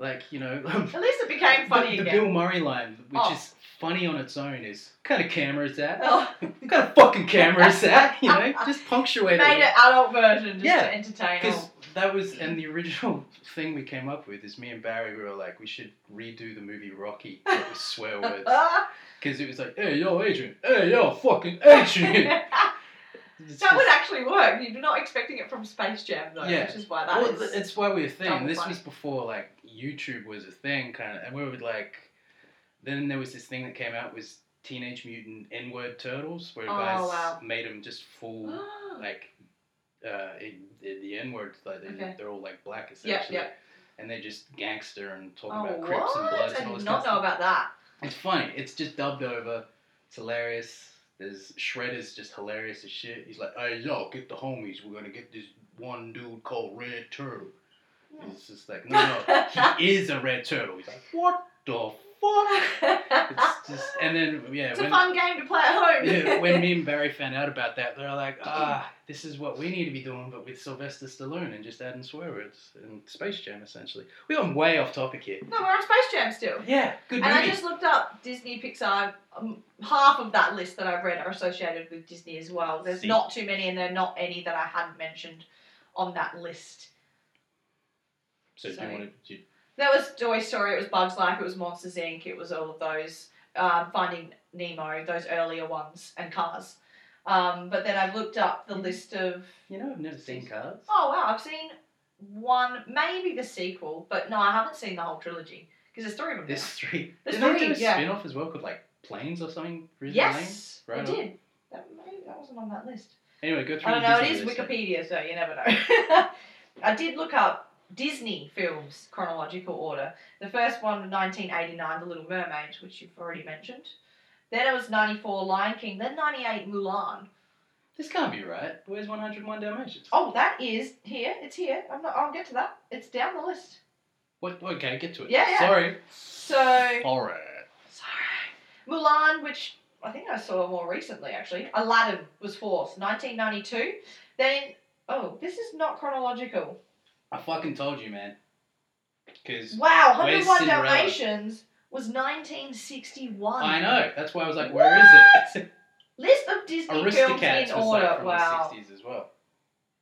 Speaker 1: Like you know.
Speaker 2: At least it became funny
Speaker 1: the, the
Speaker 2: again.
Speaker 1: Bill Murray line, which
Speaker 2: Oh.
Speaker 1: is funny on its own, is what kind of camera is that?
Speaker 2: Oh,
Speaker 1: What kind of fucking camera is that? You know, just punctuate
Speaker 2: made
Speaker 1: it.
Speaker 2: an adult version just
Speaker 1: Yeah.
Speaker 2: to entertain.
Speaker 1: Because
Speaker 2: all.
Speaker 1: that was, and the original thing we came up with is me and Barry, we were like, we should redo the movie Rocky but with swear words.
Speaker 2: Ah.
Speaker 1: Because it was like, hey, yo, Adrian, hey, yo, fucking Adrian. It's
Speaker 2: that would
Speaker 1: just-
Speaker 2: actually work. You're not expecting it from Space Jam though,
Speaker 1: Yeah.
Speaker 2: which is why that
Speaker 1: well,
Speaker 2: is.
Speaker 1: th- it's why we were thing.
Speaker 2: double
Speaker 1: This
Speaker 2: fun.
Speaker 1: was before, like, YouTube was a thing, kind of, and we were like, then there was this thing that came out was Teenage Mutant N-Word Turtles, where
Speaker 2: Oh,
Speaker 1: guys
Speaker 2: wow.
Speaker 1: made them just full... like uh, it, it- the N words, like they,
Speaker 2: Okay.
Speaker 1: they're all like black
Speaker 2: Yep,
Speaker 1: essentially,
Speaker 2: yep.
Speaker 1: and they're just gangster and talking
Speaker 2: Oh,
Speaker 1: about Crips and Bloods
Speaker 2: what?
Speaker 1: and
Speaker 2: I
Speaker 1: all
Speaker 2: did
Speaker 1: this
Speaker 2: not
Speaker 1: kind of
Speaker 2: know about that.
Speaker 1: stuff. It's funny. It's just dubbed over. It's hilarious. There's Shredder's just hilarious as shit. He's like, "Hey yo, get the homies. We're gonna get this one dude called Red Turtle."
Speaker 2: Hmm.
Speaker 1: It's just like, no, no, he is a red turtle. He's like, "What the fuck?" It's just, and then yeah,
Speaker 2: it's
Speaker 1: when,
Speaker 2: a fun game to play at home.
Speaker 1: yeah, when me and Barry found out about that, they're like, ah, this is what we need to be doing, but with Sylvester Stallone and just adding swear words and Space Jam essentially. We're on way off topic here.
Speaker 2: no, we're on Space Jam still.
Speaker 1: Yeah, good
Speaker 2: And I
Speaker 1: movie.
Speaker 2: just looked up Disney, Pixar. Um, half of that list that I've read are associated with Disney as well. There's
Speaker 1: See.
Speaker 2: not too many, and there are not any that I hadn't mentioned on that list.
Speaker 1: so do you
Speaker 2: Sorry.
Speaker 1: want to?
Speaker 2: There was Toy Story, it was Bugs Life, it was Monsters Inc., it was all of those. Um, Finding Nemo, those earlier ones, and Cars. Um, but then I've looked up
Speaker 1: Mm-hmm.
Speaker 2: the list of
Speaker 1: You know, I've never seen Cars.
Speaker 2: Oh wow, I've seen one, maybe the sequel, but no, I haven't seen the whole trilogy because there's three of them.
Speaker 1: There's three.
Speaker 2: There's
Speaker 1: Did they do a
Speaker 2: three, yeah.
Speaker 1: spin-off as well called like Planes or something?
Speaker 2: now.
Speaker 1: Really Planes?
Speaker 2: yes, I
Speaker 1: Right on.
Speaker 2: did. That, maybe, that wasn't on that list.
Speaker 1: Anyway, go through.
Speaker 2: I don't
Speaker 1: the
Speaker 2: know. It
Speaker 1: Disney
Speaker 2: is
Speaker 1: list.
Speaker 2: Wikipedia, so you never know. I did look up Disney films chronological order. The first one, 1989, The Little Mermaid, which you've already mentioned. Then it was 94, Lion King. Then 98, Mulan.
Speaker 1: This can't be right. Where's 101 Dalmatians?
Speaker 2: Oh, that is here. It's here. I'm not. I'll get to that. It's down the list.
Speaker 1: What? Okay, get to it.
Speaker 2: Yeah, yeah.
Speaker 1: Sorry.
Speaker 2: So
Speaker 3: All right.
Speaker 2: Sorry. Mulan, which I think I saw more recently actually. Aladdin was fourth, 1992. Then, oh, this is not chronological.
Speaker 1: I fucking told you, man. Because
Speaker 2: Wow, 101
Speaker 1: Cinderella?
Speaker 2: Dalmatians was 1961.
Speaker 1: I know. That's why I was like, where is it?
Speaker 2: List of Disney films
Speaker 1: Aristocats
Speaker 2: in
Speaker 1: was like
Speaker 2: order.
Speaker 1: from
Speaker 2: Wow.
Speaker 1: the 60s as well.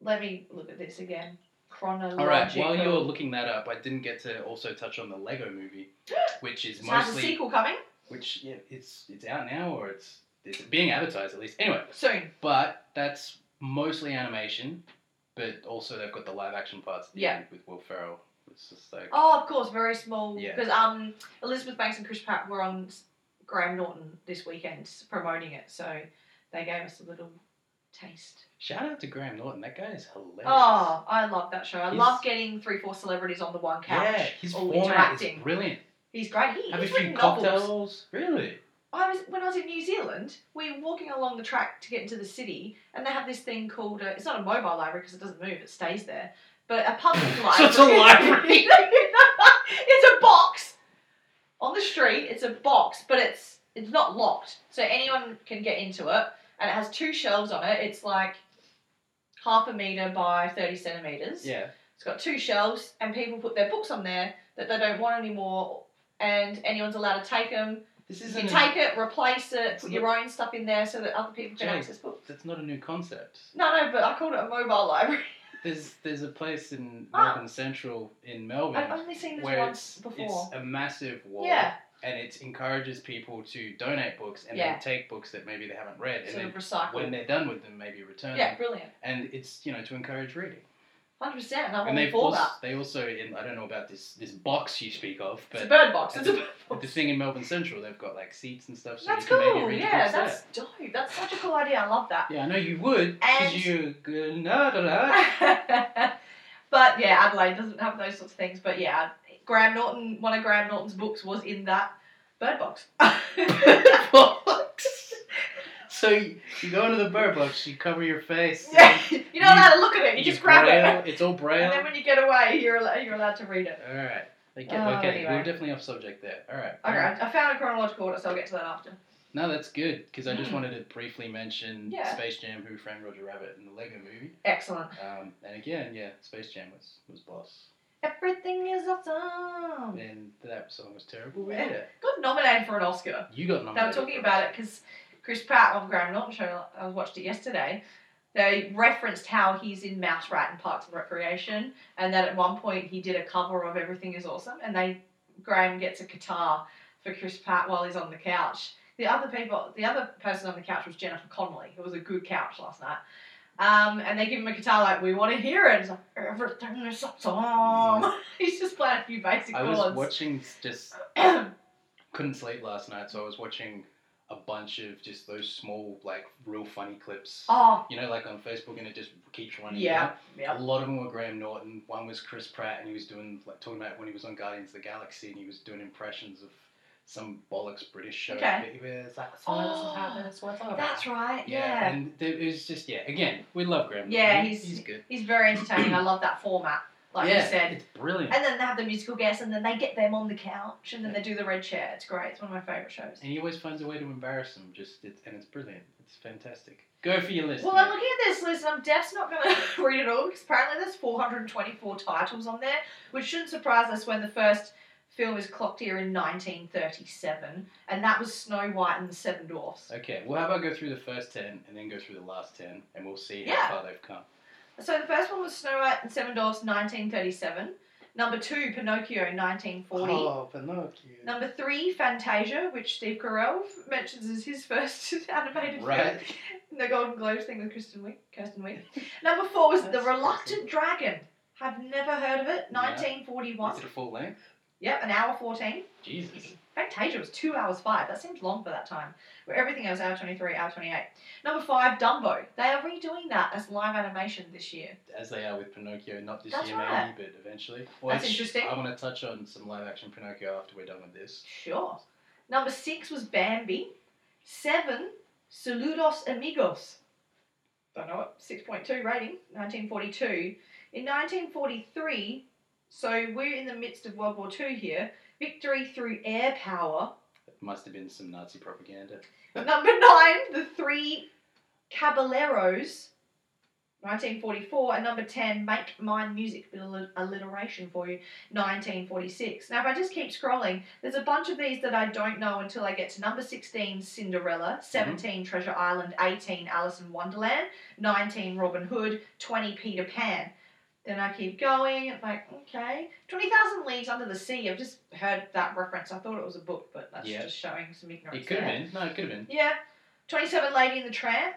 Speaker 2: Let me look at this again. Chronological.
Speaker 1: All right. While you're looking that up, I didn't get to also touch on the Lego Movie, which is
Speaker 2: so has a
Speaker 1: mostly
Speaker 2: sequel coming
Speaker 1: which yeah, it's it's out now or it's it's being advertised at least. Anyway,
Speaker 2: soon.
Speaker 1: but that's mostly animation, but also they've got the live action parts at the
Speaker 2: Yeah.
Speaker 1: end with Will Ferrell. It's just like
Speaker 2: Oh, of course, very small.
Speaker 1: Yeah.
Speaker 2: Because um, Elizabeth Banks and Chris Pratt were on s- Graham Norton this weekend promoting it, so they gave us a little taste.
Speaker 1: shout out to Graham Norton. That guy is hilarious.
Speaker 2: Oh, I love that show. I
Speaker 1: He's-
Speaker 2: love getting three, four celebrities on the one couch.
Speaker 1: yeah, his
Speaker 2: all
Speaker 1: format is
Speaker 2: interacting.
Speaker 1: brilliant.
Speaker 2: He's great. He,
Speaker 1: Have
Speaker 2: he's
Speaker 1: a few
Speaker 2: written novels.
Speaker 1: cocktails. Really?
Speaker 2: I was when I was in New Zealand. We were walking along the track to get into the city, and they have this thing called uh, it's not a mobile library because it doesn't move; it stays there. But a public library.
Speaker 1: So it's a library.
Speaker 2: it's a box on the street. It's a box, but it's it's not locked, so anyone can get into it. And it has two shelves on it. It's like half a meter by thirty centimeters.
Speaker 1: Yeah.
Speaker 2: It's got two shelves, and people put their books on there that they don't want anymore, and anyone's allowed to take them.
Speaker 1: This
Speaker 2: You
Speaker 1: isn't. a-
Speaker 2: take it, replace it,
Speaker 1: It's
Speaker 2: put
Speaker 1: a-
Speaker 2: your own stuff in there so that other people can
Speaker 1: Jay.
Speaker 2: access books.
Speaker 1: that's not a new concept.
Speaker 2: No, no, but I called it a mobile library.
Speaker 1: There's there's a place in
Speaker 2: Ah.
Speaker 1: Melbourne Central in Melbourne
Speaker 2: I've only seen this
Speaker 1: where
Speaker 2: once
Speaker 1: it's,
Speaker 2: before.
Speaker 1: it's a massive wall
Speaker 2: yeah,
Speaker 1: and it encourages people to donate books and
Speaker 2: Yeah.
Speaker 1: then take books that maybe they haven't read and
Speaker 2: sort of
Speaker 1: then
Speaker 2: recycle.
Speaker 1: when they're done with them maybe return
Speaker 2: yeah,
Speaker 1: them
Speaker 2: brilliant.
Speaker 1: and it's you know to encourage reading
Speaker 2: 100%. and I'm
Speaker 1: and
Speaker 2: all
Speaker 1: they've
Speaker 2: for
Speaker 1: also,
Speaker 2: that.
Speaker 1: they also in I don't know about this this box you speak of
Speaker 2: It's a
Speaker 1: but
Speaker 2: bird box.
Speaker 1: at
Speaker 2: It's a
Speaker 1: the-
Speaker 2: bird
Speaker 1: at the
Speaker 2: box.
Speaker 1: thing in Melbourne Central they've got like seats and stuff so
Speaker 2: That's
Speaker 1: you can
Speaker 2: cool.
Speaker 1: maybe read the
Speaker 2: Yeah,
Speaker 1: books
Speaker 2: that's
Speaker 1: there.
Speaker 2: dope. That's such a cool idea. I love that.
Speaker 1: yeah I know you would
Speaker 2: And-
Speaker 1: because you good na, da, da.
Speaker 2: but yeah, Adelaide doesn't have those sorts of things. But yeah, Graham Norton, one of Graham Norton's books was in that bird box.
Speaker 1: box so you, you go into the bird box you cover your face
Speaker 2: Yeah, you're not allowed to look at it. You, just grab it.
Speaker 1: braille- it's all braille
Speaker 2: And then when you get away, you're al- you're allowed to read it.
Speaker 1: All right. Like,
Speaker 2: Oh,
Speaker 1: okay,
Speaker 2: anyway.
Speaker 1: we're definitely off subject there. All right.
Speaker 2: Okay, I found a chronological order, so I'll get to that after.
Speaker 1: No, that's good because I just
Speaker 2: Mm.
Speaker 1: wanted to briefly mention
Speaker 2: Yeah.
Speaker 1: Space Jam, Who Framed Roger Rabbit, and the Lego Movie.
Speaker 2: Excellent.
Speaker 1: Um, and again, yeah, Space Jam was was boss,
Speaker 2: Everything is awesome.
Speaker 1: and that song was terrible. We hate it.
Speaker 2: Got nominated for an Oscar.
Speaker 1: You got
Speaker 2: They were
Speaker 1: nominated.
Speaker 2: talking
Speaker 1: for
Speaker 2: about
Speaker 1: it.
Speaker 2: it because Chris Pratt on Graham Norton show. I watched it yesterday. They referenced how he's in Mouse Rat and Parks and Recreation, and that at one point he did a cover of Everything Is Awesome, and they Graham gets a guitar for Chris Pratt while he's on the couch. The other people, the other person on the couch was Jennifer Connelly. It was a good couch last night. Um, and they give him a guitar like, "We want to hear it." It's like everything is awesome. he's just playing a few basic
Speaker 1: I was
Speaker 2: chords.
Speaker 1: watching s- just couldn't sleep last night, so I was watching a bunch of just those small like real funny clips.
Speaker 2: oh
Speaker 1: You know, like on Facebook, and it just keeps running. out.
Speaker 2: yeah,
Speaker 1: A
Speaker 2: yeah.
Speaker 1: lot of them were Graham Norton. One was Chris Pratt, and he was doing like talking about when he was on Guardians of the Galaxy, and he was doing impressions of some bollocks British show.
Speaker 2: Okay.
Speaker 1: But he was like, "Someone else
Speaker 2: Oh,
Speaker 1: has happened, that's what I thought about."
Speaker 2: That's right.
Speaker 1: Yeah,
Speaker 2: Yeah.
Speaker 1: and there, it was just yeah. Again, we love Graham. Norton.
Speaker 2: Yeah,
Speaker 1: He-
Speaker 2: he's-
Speaker 1: he's good.
Speaker 2: He's very entertaining. I love that format, like
Speaker 1: yeah,
Speaker 2: you said.
Speaker 1: it's brilliant.
Speaker 2: And then they have the musical guests, and then they get them on the couch, and then they do the red chair. It's great. It's one of my favourite shows.
Speaker 1: And he always finds a way to embarrass them. Just it's, and it's brilliant. It's fantastic. Go for your list.
Speaker 2: Well,
Speaker 1: mate.
Speaker 2: I'm looking at this list, and I'm deaf's not going to read it all because apparently there's 424 titles on there, which shouldn't surprise us when the first film is clocked here in 1937, and that was Snow White and the Seven Dwarfs.
Speaker 1: Okay, well, how about go through the first ten and then go through the last ten, and we'll see
Speaker 2: Yeah.
Speaker 1: how far they've come.
Speaker 2: So the first one was Snow White and Seven Dwarfs, 1937. Number two, Pinocchio, 1940.
Speaker 1: Oh, Pinocchio.
Speaker 2: Number three, Fantasia, which Steve Carell mentions as his first animated
Speaker 1: Right.
Speaker 2: film. The Golden Globes thing with Kristen Wiig. Kirsten Wiig. Number four was The
Speaker 1: That's
Speaker 2: Reluctant Dragon. Have never heard of it.
Speaker 1: No.
Speaker 2: 1941.
Speaker 1: Is it a full length?
Speaker 2: Yep, an hour 14.
Speaker 3: Jesus.
Speaker 2: Fantasia was two hours five. That seems long for that time. Where everything else, hour 23, hour 28. Number five, Dumbo. They are redoing that as live animation this year.
Speaker 1: As they are with Pinocchio, not this
Speaker 2: That's
Speaker 1: year
Speaker 2: right.
Speaker 1: maybe, but eventually.
Speaker 2: That's
Speaker 1: Which
Speaker 2: interesting.
Speaker 1: I want to touch on some live action Pinocchio after we're done with this.
Speaker 2: Sure. Number six was Bambi. Seven, Saludos Amigos. Don't know what, 6.2 rating, 1942. In 1943, so we're in the midst of World War II here, victory through air power.
Speaker 1: It must have been some Nazi propaganda.
Speaker 2: Number nine, The Three Caballeros, 1944. And number 10, Make Mine Music, bit of alli- alliteration for you, 1946. Now, if I just keep scrolling, there's a bunch of these that I don't know until I get to number 16, Cinderella,
Speaker 1: Mm-hmm.
Speaker 2: 17, Treasure Island, 18, Alice in Wonderland, 19, Robin Hood, 20, Peter Pan. Then I keep going, it's like, okay. 20,000 Leagues Under the Sea. I've just heard that reference. I thought it was a book, but that's
Speaker 1: Yeah.
Speaker 2: just showing some ignorance.
Speaker 1: It could have
Speaker 2: there.
Speaker 1: been. No, it could have been.
Speaker 2: Yeah. 27 Lady in the Tramp.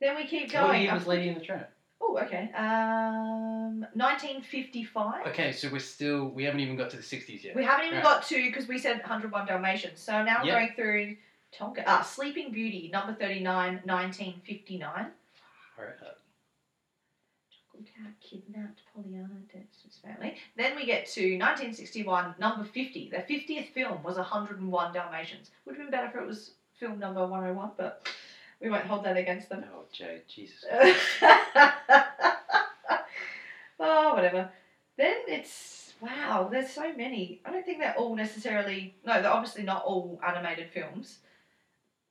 Speaker 2: Then we keep
Speaker 1: What
Speaker 2: going.
Speaker 1: year was Lady in the Tramp?
Speaker 2: Oh, okay. Um, 1955.
Speaker 1: Okay, so we're still we haven't even got to the sixties yet.
Speaker 2: We haven't even
Speaker 1: Right.
Speaker 2: got to because we said 101 Dalmatians. So now we're
Speaker 1: Yeah.
Speaker 2: going through Tonka. Ah, Sleeping Beauty, number 39, 1959.
Speaker 1: Alright, uh,
Speaker 2: Good cat kidnapped Pollyanna Dempster's family. Then we get to 1961, number 50. Their 50th film was 101 Dalmatians. Would have been better if it was film number 101, but we won't hold that against them.
Speaker 1: Oh Jay, Jesus.
Speaker 2: Uh, oh, whatever. Then it's wow. There's so many. I don't think they're all necessarily. No, they're obviously not all animated films.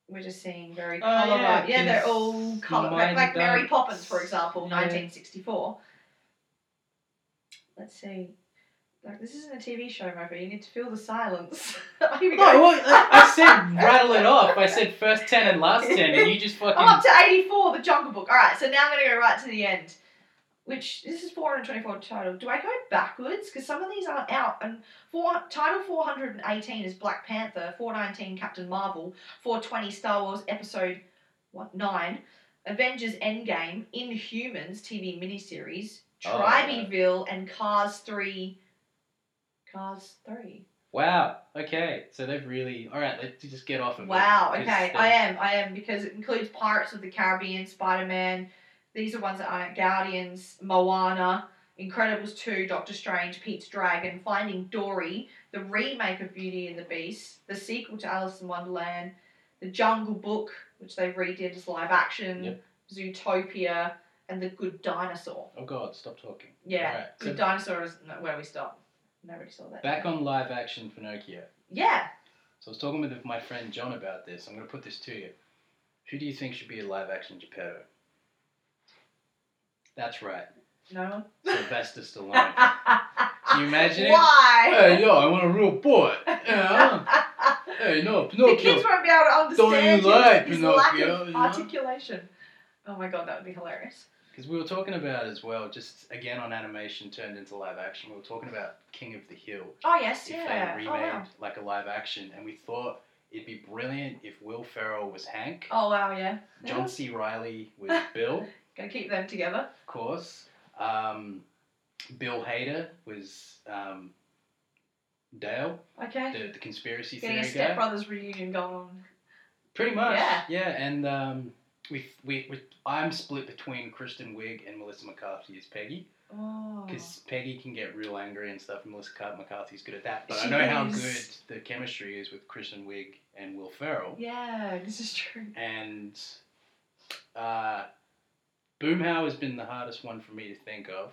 Speaker 2: We're just seeing very
Speaker 1: Oh,
Speaker 2: color.
Speaker 1: yeah,
Speaker 2: Yeah, they're
Speaker 1: 'cause
Speaker 2: all color. Like,
Speaker 1: mine
Speaker 2: like Mary
Speaker 1: don't-
Speaker 2: Poppins, for example,
Speaker 1: yeah.
Speaker 2: 1964. Let's see. Like this isn't a TV show, Murphy. You need to fill the silence. Here we
Speaker 1: No,
Speaker 2: go.
Speaker 1: well, I, I said rattle it off. I said first ten and last ten, and you just
Speaker 2: I'm up
Speaker 1: fucking.
Speaker 2: to 84, the Jungle Book. All right, so now I'm going to go right to the end, which this is 424 title. Do I go backwards? Because some of these aren't out. And four, title 418 is Black Panther, 419 Captain Marvel, 420 Star Wars Episode what, 9, Avengers Endgame, Inhumans TV miniseries,
Speaker 1: Oh,
Speaker 2: Tribyville, and Cars 3. Cars 3.
Speaker 1: Wow. Okay, so they've really. All right, let's just get off of it.
Speaker 2: Wow.
Speaker 1: 'cause
Speaker 2: Okay,
Speaker 1: they-
Speaker 2: I uh, am. I am because it includes Pirates of the Caribbean, Spider Man. These are ones that aren't Guardians, Moana, Incredibles two, Doctor Strange, Pete's Dragon, Finding Dory, the remake of Beauty and the Beast, the sequel to Alice in Wonderland, The Jungle Book, which they redid as live action,
Speaker 1: Yep.
Speaker 2: Zootopia, and The Good Dinosaur.
Speaker 1: Oh God, stop talking.
Speaker 2: Yeah,
Speaker 1: Alright, so-
Speaker 2: Good Dinosaur is no- where we stop. Nobody saw that.
Speaker 1: Back on live action Pinocchio.
Speaker 2: Yeah.
Speaker 1: So I was talking with my friend John about this. I'm going to put this to you. Who do you think should be a live action Geppetto? That's right,
Speaker 2: No.
Speaker 1: Sylvester Stallone. Can
Speaker 2: Can
Speaker 1: you imagine it? Oh,
Speaker 2: Why?
Speaker 1: hey, yo, I want a real boy. Yeah. hey, no,
Speaker 2: the
Speaker 1: Pinocchio.
Speaker 2: kids won't be able to
Speaker 1: Don't
Speaker 2: understand
Speaker 1: you
Speaker 2: his-
Speaker 1: lie,
Speaker 2: his lack
Speaker 1: Pinocchio,
Speaker 2: of
Speaker 1: you know?
Speaker 2: articulation. Oh my god, that would be hilarious.
Speaker 1: Because we were talking about as well, just again on animation turned into live action, we were talking about King of the Hill.
Speaker 2: Oh yes,
Speaker 1: If
Speaker 2: yeah.
Speaker 1: they
Speaker 2: Oh
Speaker 1: remade
Speaker 2: wow.
Speaker 1: like a live action, and we thought it'd be brilliant if Will Ferrell was Hank,
Speaker 2: Oh wow, yeah.
Speaker 1: John C. Riley was Bill, of
Speaker 2: Gonna keep them together.
Speaker 1: course, um, Bill Hader was um, Dale,
Speaker 2: Okay.
Speaker 1: the, the conspiracy
Speaker 2: Getting a
Speaker 1: theory
Speaker 2: Step
Speaker 1: guy.
Speaker 2: Brothers reunion going on.
Speaker 1: Pretty much.
Speaker 2: Yeah.
Speaker 1: and um, we, we, we, I'm split between Kristen Wiig and Melissa McCarthy as Peggy.
Speaker 2: Oh.
Speaker 1: Because Peggy can get real angry and stuff, and Melissa Car- McCarthy's good at that. But
Speaker 2: She
Speaker 1: I know how good
Speaker 2: is.
Speaker 1: the chemistry is with Kristen Wiig and Will Ferrell.
Speaker 2: Yeah, this is true.
Speaker 1: And uh, Boomhauer has been the hardest one for me to think of.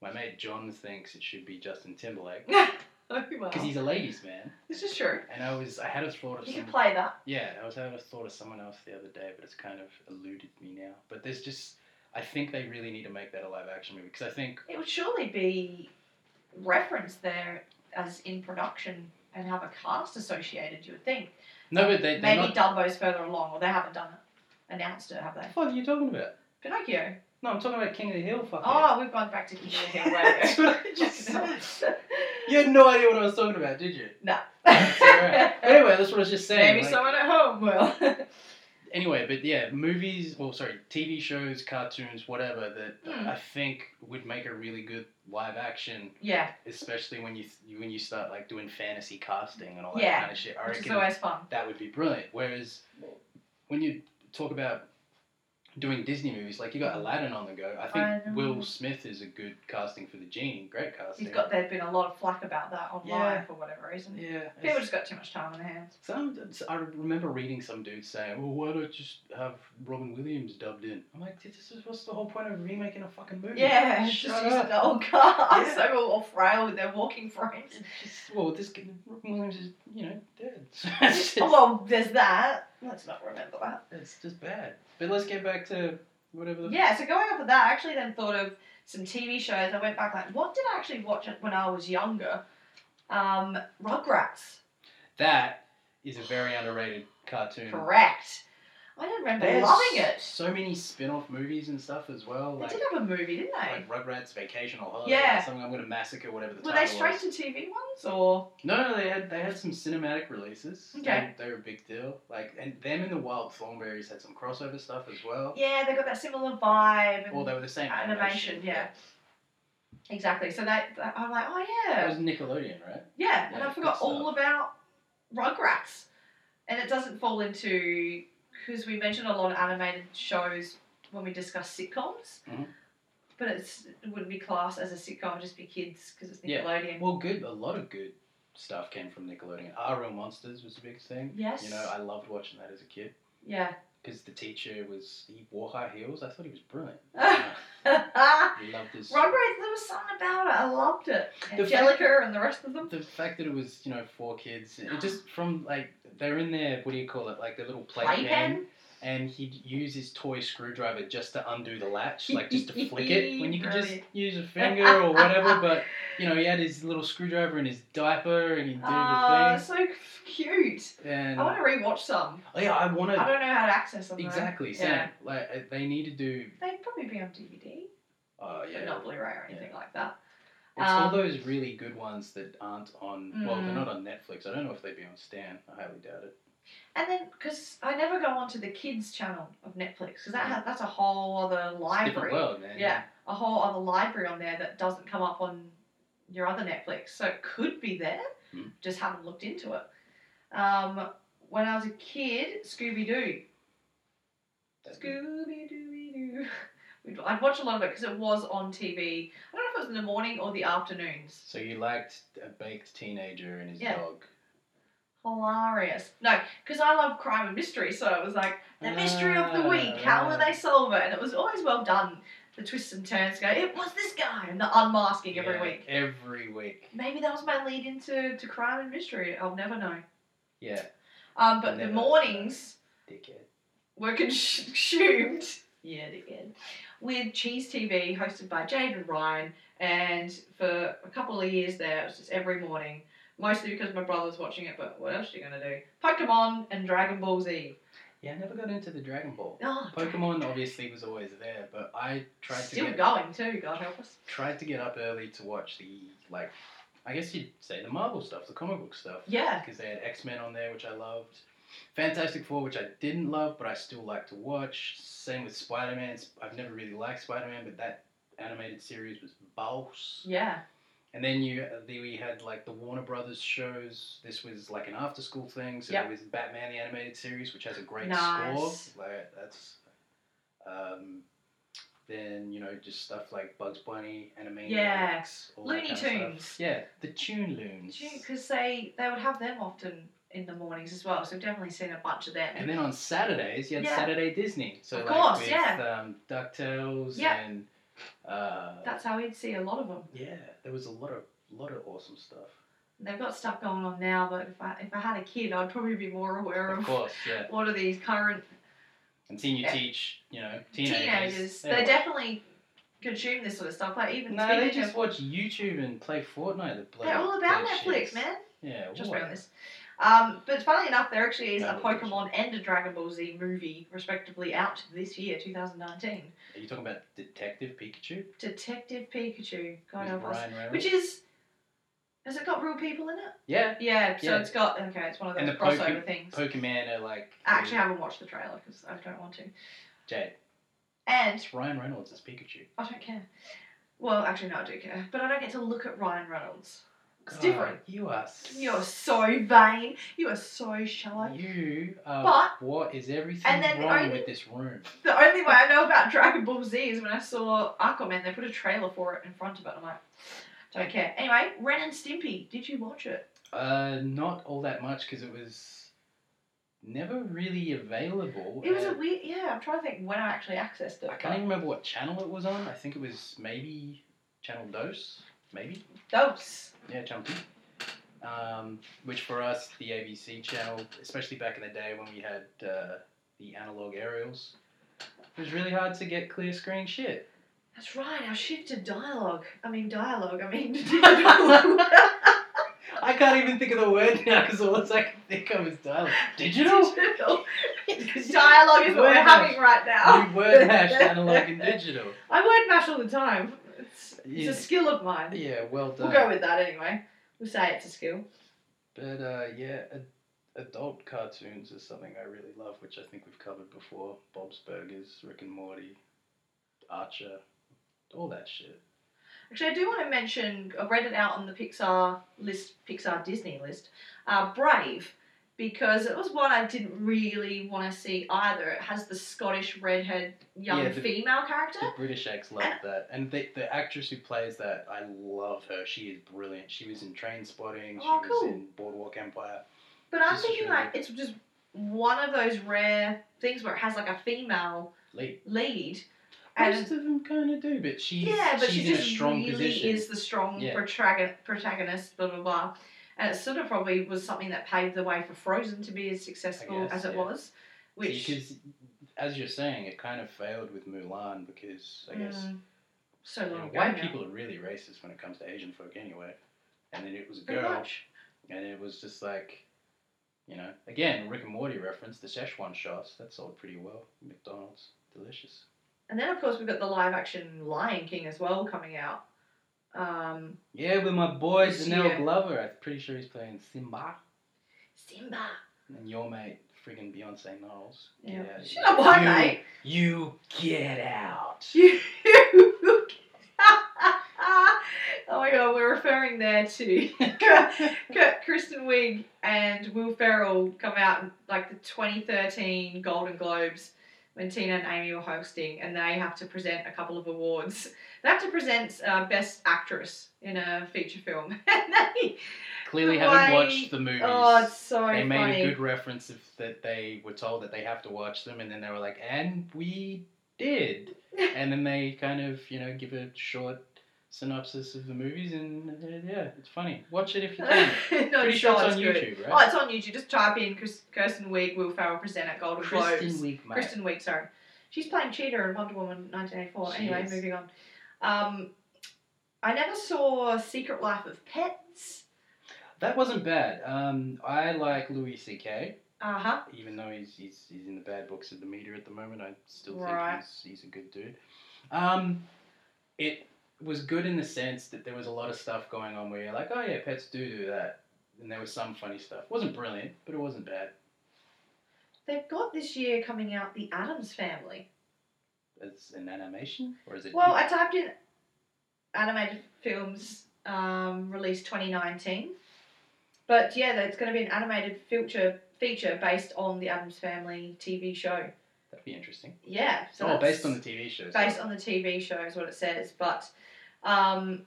Speaker 1: My mate John thinks it should be Justin Timberlake
Speaker 2: oh wow.
Speaker 1: because he's a ladies' man.
Speaker 2: This is true.
Speaker 1: And I was I had a thought of
Speaker 2: You could
Speaker 1: some,
Speaker 2: play that.
Speaker 1: yeah I was having a thought of someone else the other day, but it's kind of eluded me now. But there's just I think they really need to make that a live action movie because I think
Speaker 2: It would surely be referenced there as in production and have a cast associated, you would think.
Speaker 1: no, but they they're
Speaker 2: Maybe
Speaker 1: not.
Speaker 2: Dumbo's further along, or they haven't done it. Announced it, have they?
Speaker 1: What the fuck are you talking about?
Speaker 2: Pinocchio.
Speaker 1: No, I'm talking about King of the Hill. Fuck it.
Speaker 2: Oh, we've gone back to King of the Hill.
Speaker 1: That's
Speaker 2: Way.
Speaker 1: what I just said. You had no idea what I was talking about, did you?
Speaker 2: No.
Speaker 1: That's all right. But anyway, that's what I was just saying.
Speaker 2: Maybe
Speaker 1: like,
Speaker 2: someone at home will.
Speaker 1: anyway, but yeah, movies, well, sorry, TV shows, cartoons, whatever that
Speaker 2: Hmm.
Speaker 1: I think would make a really good live action,
Speaker 2: Yeah,
Speaker 1: especially when you when you start like doing fantasy casting and all that
Speaker 2: Yeah,
Speaker 1: kind of shit. I
Speaker 2: which is
Speaker 1: reckon
Speaker 2: always fun.
Speaker 1: that would be brilliant. Whereas when you talk about doing Disney movies, like you got Aladdin on the go, I
Speaker 2: I
Speaker 1: think
Speaker 2: know.
Speaker 1: Will Smith is a good casting for the genie, great casting.
Speaker 2: He's got there's been a lot of flack about that online
Speaker 1: Yeah.
Speaker 2: for whatever reason.
Speaker 1: yeah.
Speaker 2: People
Speaker 1: it's-
Speaker 2: just got too much time on their hands.
Speaker 1: Some, I remember reading some dude saying, "Well, why don't you just have Robin Williams dubbed in?" I'm like, "This is what's the whole point of remaking a fucking movie?"
Speaker 2: Yeah, it's
Speaker 1: shut
Speaker 2: just using
Speaker 1: up.
Speaker 2: the old cast.
Speaker 1: Yeah.
Speaker 2: They were all frail with their walking frames.
Speaker 1: Just- well, this kid, Robin Williams is, you know, dead. it's, just,
Speaker 2: Oh, well, there's that. Let's not remember that.
Speaker 1: it's just bad. But let's get back to whatever the.
Speaker 2: Yeah, so going off of that, I actually then thought of some TV shows. I went back like, what did I actually watch when I was younger? Um, Rugrats.
Speaker 1: That is a very underrated cartoon.
Speaker 2: Correct. I don't remember
Speaker 1: There's
Speaker 2: loving it.
Speaker 1: So many spin-off movies and stuff as well,
Speaker 2: They
Speaker 1: like,
Speaker 2: did have a movie, didn't they?
Speaker 1: like Rugrats Vacation or Holiday
Speaker 2: Yeah.
Speaker 1: or something. I'm gonna massacre whatever the
Speaker 2: Were
Speaker 1: title
Speaker 2: they straight
Speaker 1: was.
Speaker 2: to TV ones or?
Speaker 1: No, no, they had they had some cinematic releases.
Speaker 2: Okay.
Speaker 1: They, they were a big deal. Like and them and the Wild Thornberries had some crossover stuff as well.
Speaker 2: Yeah, they got that similar vibe. And
Speaker 1: Well, they were the same
Speaker 2: Animation, yeah. Exactly. So that, that- I'm like, oh
Speaker 1: That
Speaker 2: yeah,
Speaker 1: was Nickelodeon, right?
Speaker 2: yeah. And
Speaker 1: yeah,
Speaker 2: I forgot
Speaker 1: good
Speaker 2: all about Rugrats, and it doesn't fall into because we mentioned a lot of animated shows when we discuss sitcoms,
Speaker 1: Mhm.
Speaker 2: but it's, it wouldn't be classed as a sitcom. It'd just be kids because it's
Speaker 1: Yeah.
Speaker 2: Nickelodeon.
Speaker 1: Well, good. A lot of good stuff came from Nickelodeon. Our Real Monsters was a big thing.
Speaker 2: Yes.
Speaker 1: You know, I loved watching that as a kid
Speaker 2: Yeah.
Speaker 1: because the teacher was he wore high heels. I thought he was brilliant.
Speaker 2: Ah.
Speaker 1: I loved his.
Speaker 2: Rugrats, there was something about it. I loved it.
Speaker 1: The
Speaker 2: Angelica and the rest of them.
Speaker 1: The fact that it was you know four kids, it just from like they're in their what do you call it like their little playpen.
Speaker 2: Playpen.
Speaker 1: and he'd use his toy screwdriver just to undo the latch, like just to flick it when you could just
Speaker 2: Brilliant.
Speaker 1: use a finger or whatever. But you know, he had his little screwdriver in his diaper and he'd do
Speaker 2: Ah,
Speaker 1: the
Speaker 2: so cute.
Speaker 1: thing. And
Speaker 2: I want to rewatch some.
Speaker 1: oh, yeah, I want
Speaker 2: I
Speaker 1: to
Speaker 2: don't know how to access them. though.
Speaker 1: exactly same.
Speaker 2: Yeah.
Speaker 1: Like uh, they need to do.
Speaker 2: They'd probably be on DVD,
Speaker 1: Oh yeah,
Speaker 2: but
Speaker 1: it's
Speaker 2: not Blu-ray or anything like that.
Speaker 1: all
Speaker 2: um,
Speaker 1: those really good ones that aren't on. Well, they're
Speaker 2: Mm.
Speaker 1: not on Netflix. I don't know if they'd be on Stan. I highly doubt it.
Speaker 2: And then, because I never go onto the kids channel of Netflix, because that has, that's a whole other
Speaker 1: Mm. It's a
Speaker 2: library,
Speaker 1: different world, man.
Speaker 2: Yeah. a whole other library on there that doesn't come up on your other Netflix. So it could be there,
Speaker 1: Mm.
Speaker 2: just haven't looked into it. Um, when I was a kid, Scooby Doo.
Speaker 1: That'd be-
Speaker 2: Scooby Dooby Doo. We'd- I'd watch a lot of it because it was on TV. I don't know if it was in the morning or the afternoons.
Speaker 1: So you liked a baked teenager and his
Speaker 2: Yeah.
Speaker 1: dog.
Speaker 2: Hilarious. No, because I love crime and mystery, so it was like the mystery of the
Speaker 1: Ah,
Speaker 2: week. How will
Speaker 1: right.
Speaker 2: they solve it? And it was always well done. The twists and turns go. It was this guy, and the unmasking every
Speaker 1: Yeah,
Speaker 2: week.
Speaker 1: Every week.
Speaker 2: Maybe that was my lead into to crime and mystery. I'll never know.
Speaker 1: Yeah.
Speaker 2: Um, but
Speaker 1: Never.
Speaker 2: the mornings
Speaker 1: Dickhead.
Speaker 2: were consumed. Yeah, again. With Cheese TV, hosted by Jade and Ryan, and for a couple of years there, it was just every morning. Mostly because my brother was watching it, but what else are you gonna do? Pokemon and Dragon Ball Z.
Speaker 1: Yeah, I never got into the Dragon Ball.
Speaker 2: Oh,
Speaker 1: Pokemon obviously was always there, but I tried to
Speaker 2: Still
Speaker 1: get
Speaker 2: going too, God help us.
Speaker 1: tried to get up early to watch the like, I guess you'd say the Marvel stuff, the comic book stuff,
Speaker 2: Yeah.
Speaker 1: because they had X Men on there, which I loved. Fantastic Four, which I didn't love, but I still like to watch. Same with Spider Man. I've never really liked Spider Man, but that animated series was boss.
Speaker 2: Yeah.
Speaker 1: And then you, the, we had like the Warner Brothers shows. This was like an after school thing. So
Speaker 2: Yep.
Speaker 1: there was Batman the animated series, which has a great
Speaker 2: Nice.
Speaker 1: score. Like that's. Um, then you know just stuff like Bugs Bunny, Animaniacs,
Speaker 2: Yeah.
Speaker 1: all that
Speaker 2: Looney
Speaker 1: kind of stuff.
Speaker 2: Tunes.
Speaker 1: Yeah, the Tune Loons.
Speaker 2: Because they, they would have them often in the mornings as well, so I've definitely seen a bunch of them.
Speaker 1: And then on Saturdays you had
Speaker 2: Yeah.
Speaker 1: Saturday Disney. So
Speaker 2: Of
Speaker 1: like
Speaker 2: course,
Speaker 1: with
Speaker 2: yeah.
Speaker 1: um, Ducktales
Speaker 2: Yeah.
Speaker 1: and. Uh,
Speaker 2: That's how we'd see a lot of them.
Speaker 1: yeah, there was a lot of lot of awesome stuff.
Speaker 2: They've got stuff going on now, but if I, if I had a kid, I'd probably be more aware
Speaker 1: Of
Speaker 2: of,
Speaker 1: course, yeah.
Speaker 2: what are these current
Speaker 1: And seeing you
Speaker 2: Um, Yeah.
Speaker 1: teach, you know, teenagers.
Speaker 2: teenagers. They
Speaker 1: watch-
Speaker 2: definitely consume this sort of stuff. Like even
Speaker 1: No, they
Speaker 2: speaking
Speaker 1: just
Speaker 2: of,
Speaker 1: watch YouTube and play Fortnite. The bloody
Speaker 2: they're all about
Speaker 1: dead
Speaker 2: Netflix,
Speaker 1: shits.
Speaker 2: man.
Speaker 1: Yeah,
Speaker 2: Just
Speaker 1: what?
Speaker 2: around this. Um, but funnily enough, there actually is a
Speaker 1: Dragon Ball Z.
Speaker 2: Pokemon and a Dragon Ball Z movie, respectively, out this year, 2019.
Speaker 1: Are you talking about Detective Pikachu?
Speaker 2: Detective Pikachu, God
Speaker 1: With
Speaker 2: help us.
Speaker 1: Ryan Reynolds.
Speaker 2: Which is Has it got real people in it?
Speaker 1: Yeah,
Speaker 2: Yeah. So
Speaker 1: Yeah.
Speaker 2: it's got okay. It's one of
Speaker 1: And
Speaker 2: those
Speaker 1: the Poke-
Speaker 2: crossover things.
Speaker 1: Pokemon are like
Speaker 2: I actually haven't watched the trailer because I don't want to.
Speaker 1: Jade.
Speaker 2: And
Speaker 1: It's Ryan Reynolds as Pikachu.
Speaker 2: I don't care. Well, actually, no, I do care. But I don't get to look at Ryan Reynolds. It's
Speaker 1: God,
Speaker 2: different.
Speaker 1: You are. s-
Speaker 2: You're so vain. You are so shallow.
Speaker 1: You are.
Speaker 2: But-
Speaker 1: what is everything
Speaker 2: and then the
Speaker 1: wrong
Speaker 2: only-
Speaker 1: with this room?
Speaker 2: The only way I know about Dragon Ball Z is when I saw Aquaman. They put a trailer for it in front of it. I'm like, don't care. Anyway, Ren and Stimpy. Did you watch it?
Speaker 1: Uh, not all that much because it was never really available.
Speaker 2: It was
Speaker 1: at-
Speaker 2: a weird. Yeah, I'm trying to think when I actually accessed it.
Speaker 1: I can't even remember what channel it was on. I think it was maybe Channel Dose, maybe.
Speaker 2: Those.
Speaker 1: Yeah, Channel Two. Um, which for us, the ABC channel, especially back in the day when we had uh, the analog aerials, it was really hard to get clear screen shit.
Speaker 2: That's right. Our shift to dialogue. I mean dialogue. I mean.
Speaker 1: I can't even think of the word now because all I can think of is dialogue. Digital.
Speaker 2: Digital. dialogue is what
Speaker 1: Word
Speaker 2: we're
Speaker 1: mash.
Speaker 2: having right now.
Speaker 1: You word hash analog and digital.
Speaker 2: I word mash all the time. It's,
Speaker 1: Yeah.
Speaker 2: it's a skill of mine.
Speaker 1: Yeah, well done.
Speaker 2: We'll go with that anyway. We'll say it's a skill.
Speaker 1: But uh, yeah, ad- adult cartoons is something I really love, which I think we've covered before. Bob's Burgers, Rick and Morty, Archer, all that shit.
Speaker 2: Actually, I do want to mention. I read it out on the Pixar list, Pixar Disney list. Uh, Brave, because it was one I didn't really want to see either. It has the Scottish redhead young
Speaker 1: Yeah, the-
Speaker 2: female character.
Speaker 1: The British ex love that, and the the actress who plays that, I love her. She is brilliant. She was in Train Spotting.
Speaker 2: Oh,
Speaker 1: she
Speaker 2: cool.
Speaker 1: was in Boardwalk Empire.
Speaker 2: But I'm
Speaker 1: This is
Speaker 2: thinking
Speaker 1: really
Speaker 2: like it's just one of those rare things where it has like a female
Speaker 1: Lee.
Speaker 2: lead.
Speaker 1: Most
Speaker 2: And
Speaker 1: of them kind of do, but she's
Speaker 2: yeah, but
Speaker 1: she's
Speaker 2: she
Speaker 1: in
Speaker 2: just
Speaker 1: a strong
Speaker 2: really
Speaker 1: position.
Speaker 2: is the strong
Speaker 1: Yeah.
Speaker 2: protraga- protagonist, blah blah blah. And it sort of probably was something that paved the way for Frozen to be as successful
Speaker 1: guess,
Speaker 2: as it
Speaker 1: yeah.
Speaker 2: was. Which
Speaker 1: because, as you're saying, it kind of failed with Mulan because I guess
Speaker 2: Mm, so
Speaker 1: You know,
Speaker 2: long ago.
Speaker 1: white
Speaker 2: now.
Speaker 1: people are really racist when it comes to Asian folk anyway. And then it was a
Speaker 2: Pretty
Speaker 1: girl,
Speaker 2: much.
Speaker 1: and it was just like, you know, again, Rick and Morty reference, the Szechuan sauce, that sold pretty well. McDonald's, delicious.
Speaker 2: And then of course we've got the live action Lion King as well coming out. Um,
Speaker 1: Yeah, with my boy
Speaker 2: This
Speaker 1: Janelle
Speaker 2: year.
Speaker 1: Glover, I'm pretty sure he's playing Simba.
Speaker 2: Simba.
Speaker 1: And your mate, friggin' Beyonce Knowles. Get
Speaker 2: Yeah.
Speaker 1: out of
Speaker 2: She's
Speaker 1: here.
Speaker 2: not my
Speaker 1: You-
Speaker 2: mate.
Speaker 1: You get out.
Speaker 2: You- oh my god, we're referring there to K- Kristen Wiig and Will Ferrell come out in like the 2013 Golden Globes when Tina and Amy were hosting, and they have to present a couple of awards. They have to present uh, Best Actress in a feature film. And they-
Speaker 1: Clearly
Speaker 2: Why-
Speaker 1: haven't watched the movies.
Speaker 2: oh, it's so
Speaker 1: they made
Speaker 2: funny.
Speaker 1: a good reference of that they were told that they have to watch them and then they were like and we did and then they kind of you know give a short synopsis of the movies and uh, yeah it's funny watch it if you can
Speaker 2: no,
Speaker 1: pretty sure it's on
Speaker 2: good.
Speaker 1: youtube
Speaker 2: Oh,
Speaker 1: right
Speaker 2: it's on YouTube. Just type in Chris- Kirsten Wiig, Will Ferrell present at Golden Globes.
Speaker 1: kristen week mate
Speaker 2: Kristen Wiig, sorry. She's playing Cheetah in Wonder Woman 1984.
Speaker 1: She
Speaker 2: anyway,
Speaker 1: is.
Speaker 2: moving on. Um, I never saw Secret Life of Pets.
Speaker 1: that wasn't bad um i like louis ck
Speaker 2: Uh huh.
Speaker 1: even though he's, he's he's in the bad books of the media at the moment, I still
Speaker 2: Right.
Speaker 1: think he's, he's a good dude. Um, it was good in the sense that there was a lot of stuff going on where you're like, oh yeah, pets do do that, and there was some funny stuff. wasn't brilliant, but it wasn't bad.
Speaker 2: They've got this year coming out The Adams Family.
Speaker 1: It's an animation, or is it?
Speaker 2: Well, I typed in animated films um, released 2019. But yeah, it's going to be an animated feature, feature based on The Adams Family TV show.
Speaker 1: that'd be interesting.
Speaker 2: Yeah. So
Speaker 1: oh, based
Speaker 2: that's-
Speaker 1: on the TV shows.
Speaker 2: based on the TV show is what it says. But um,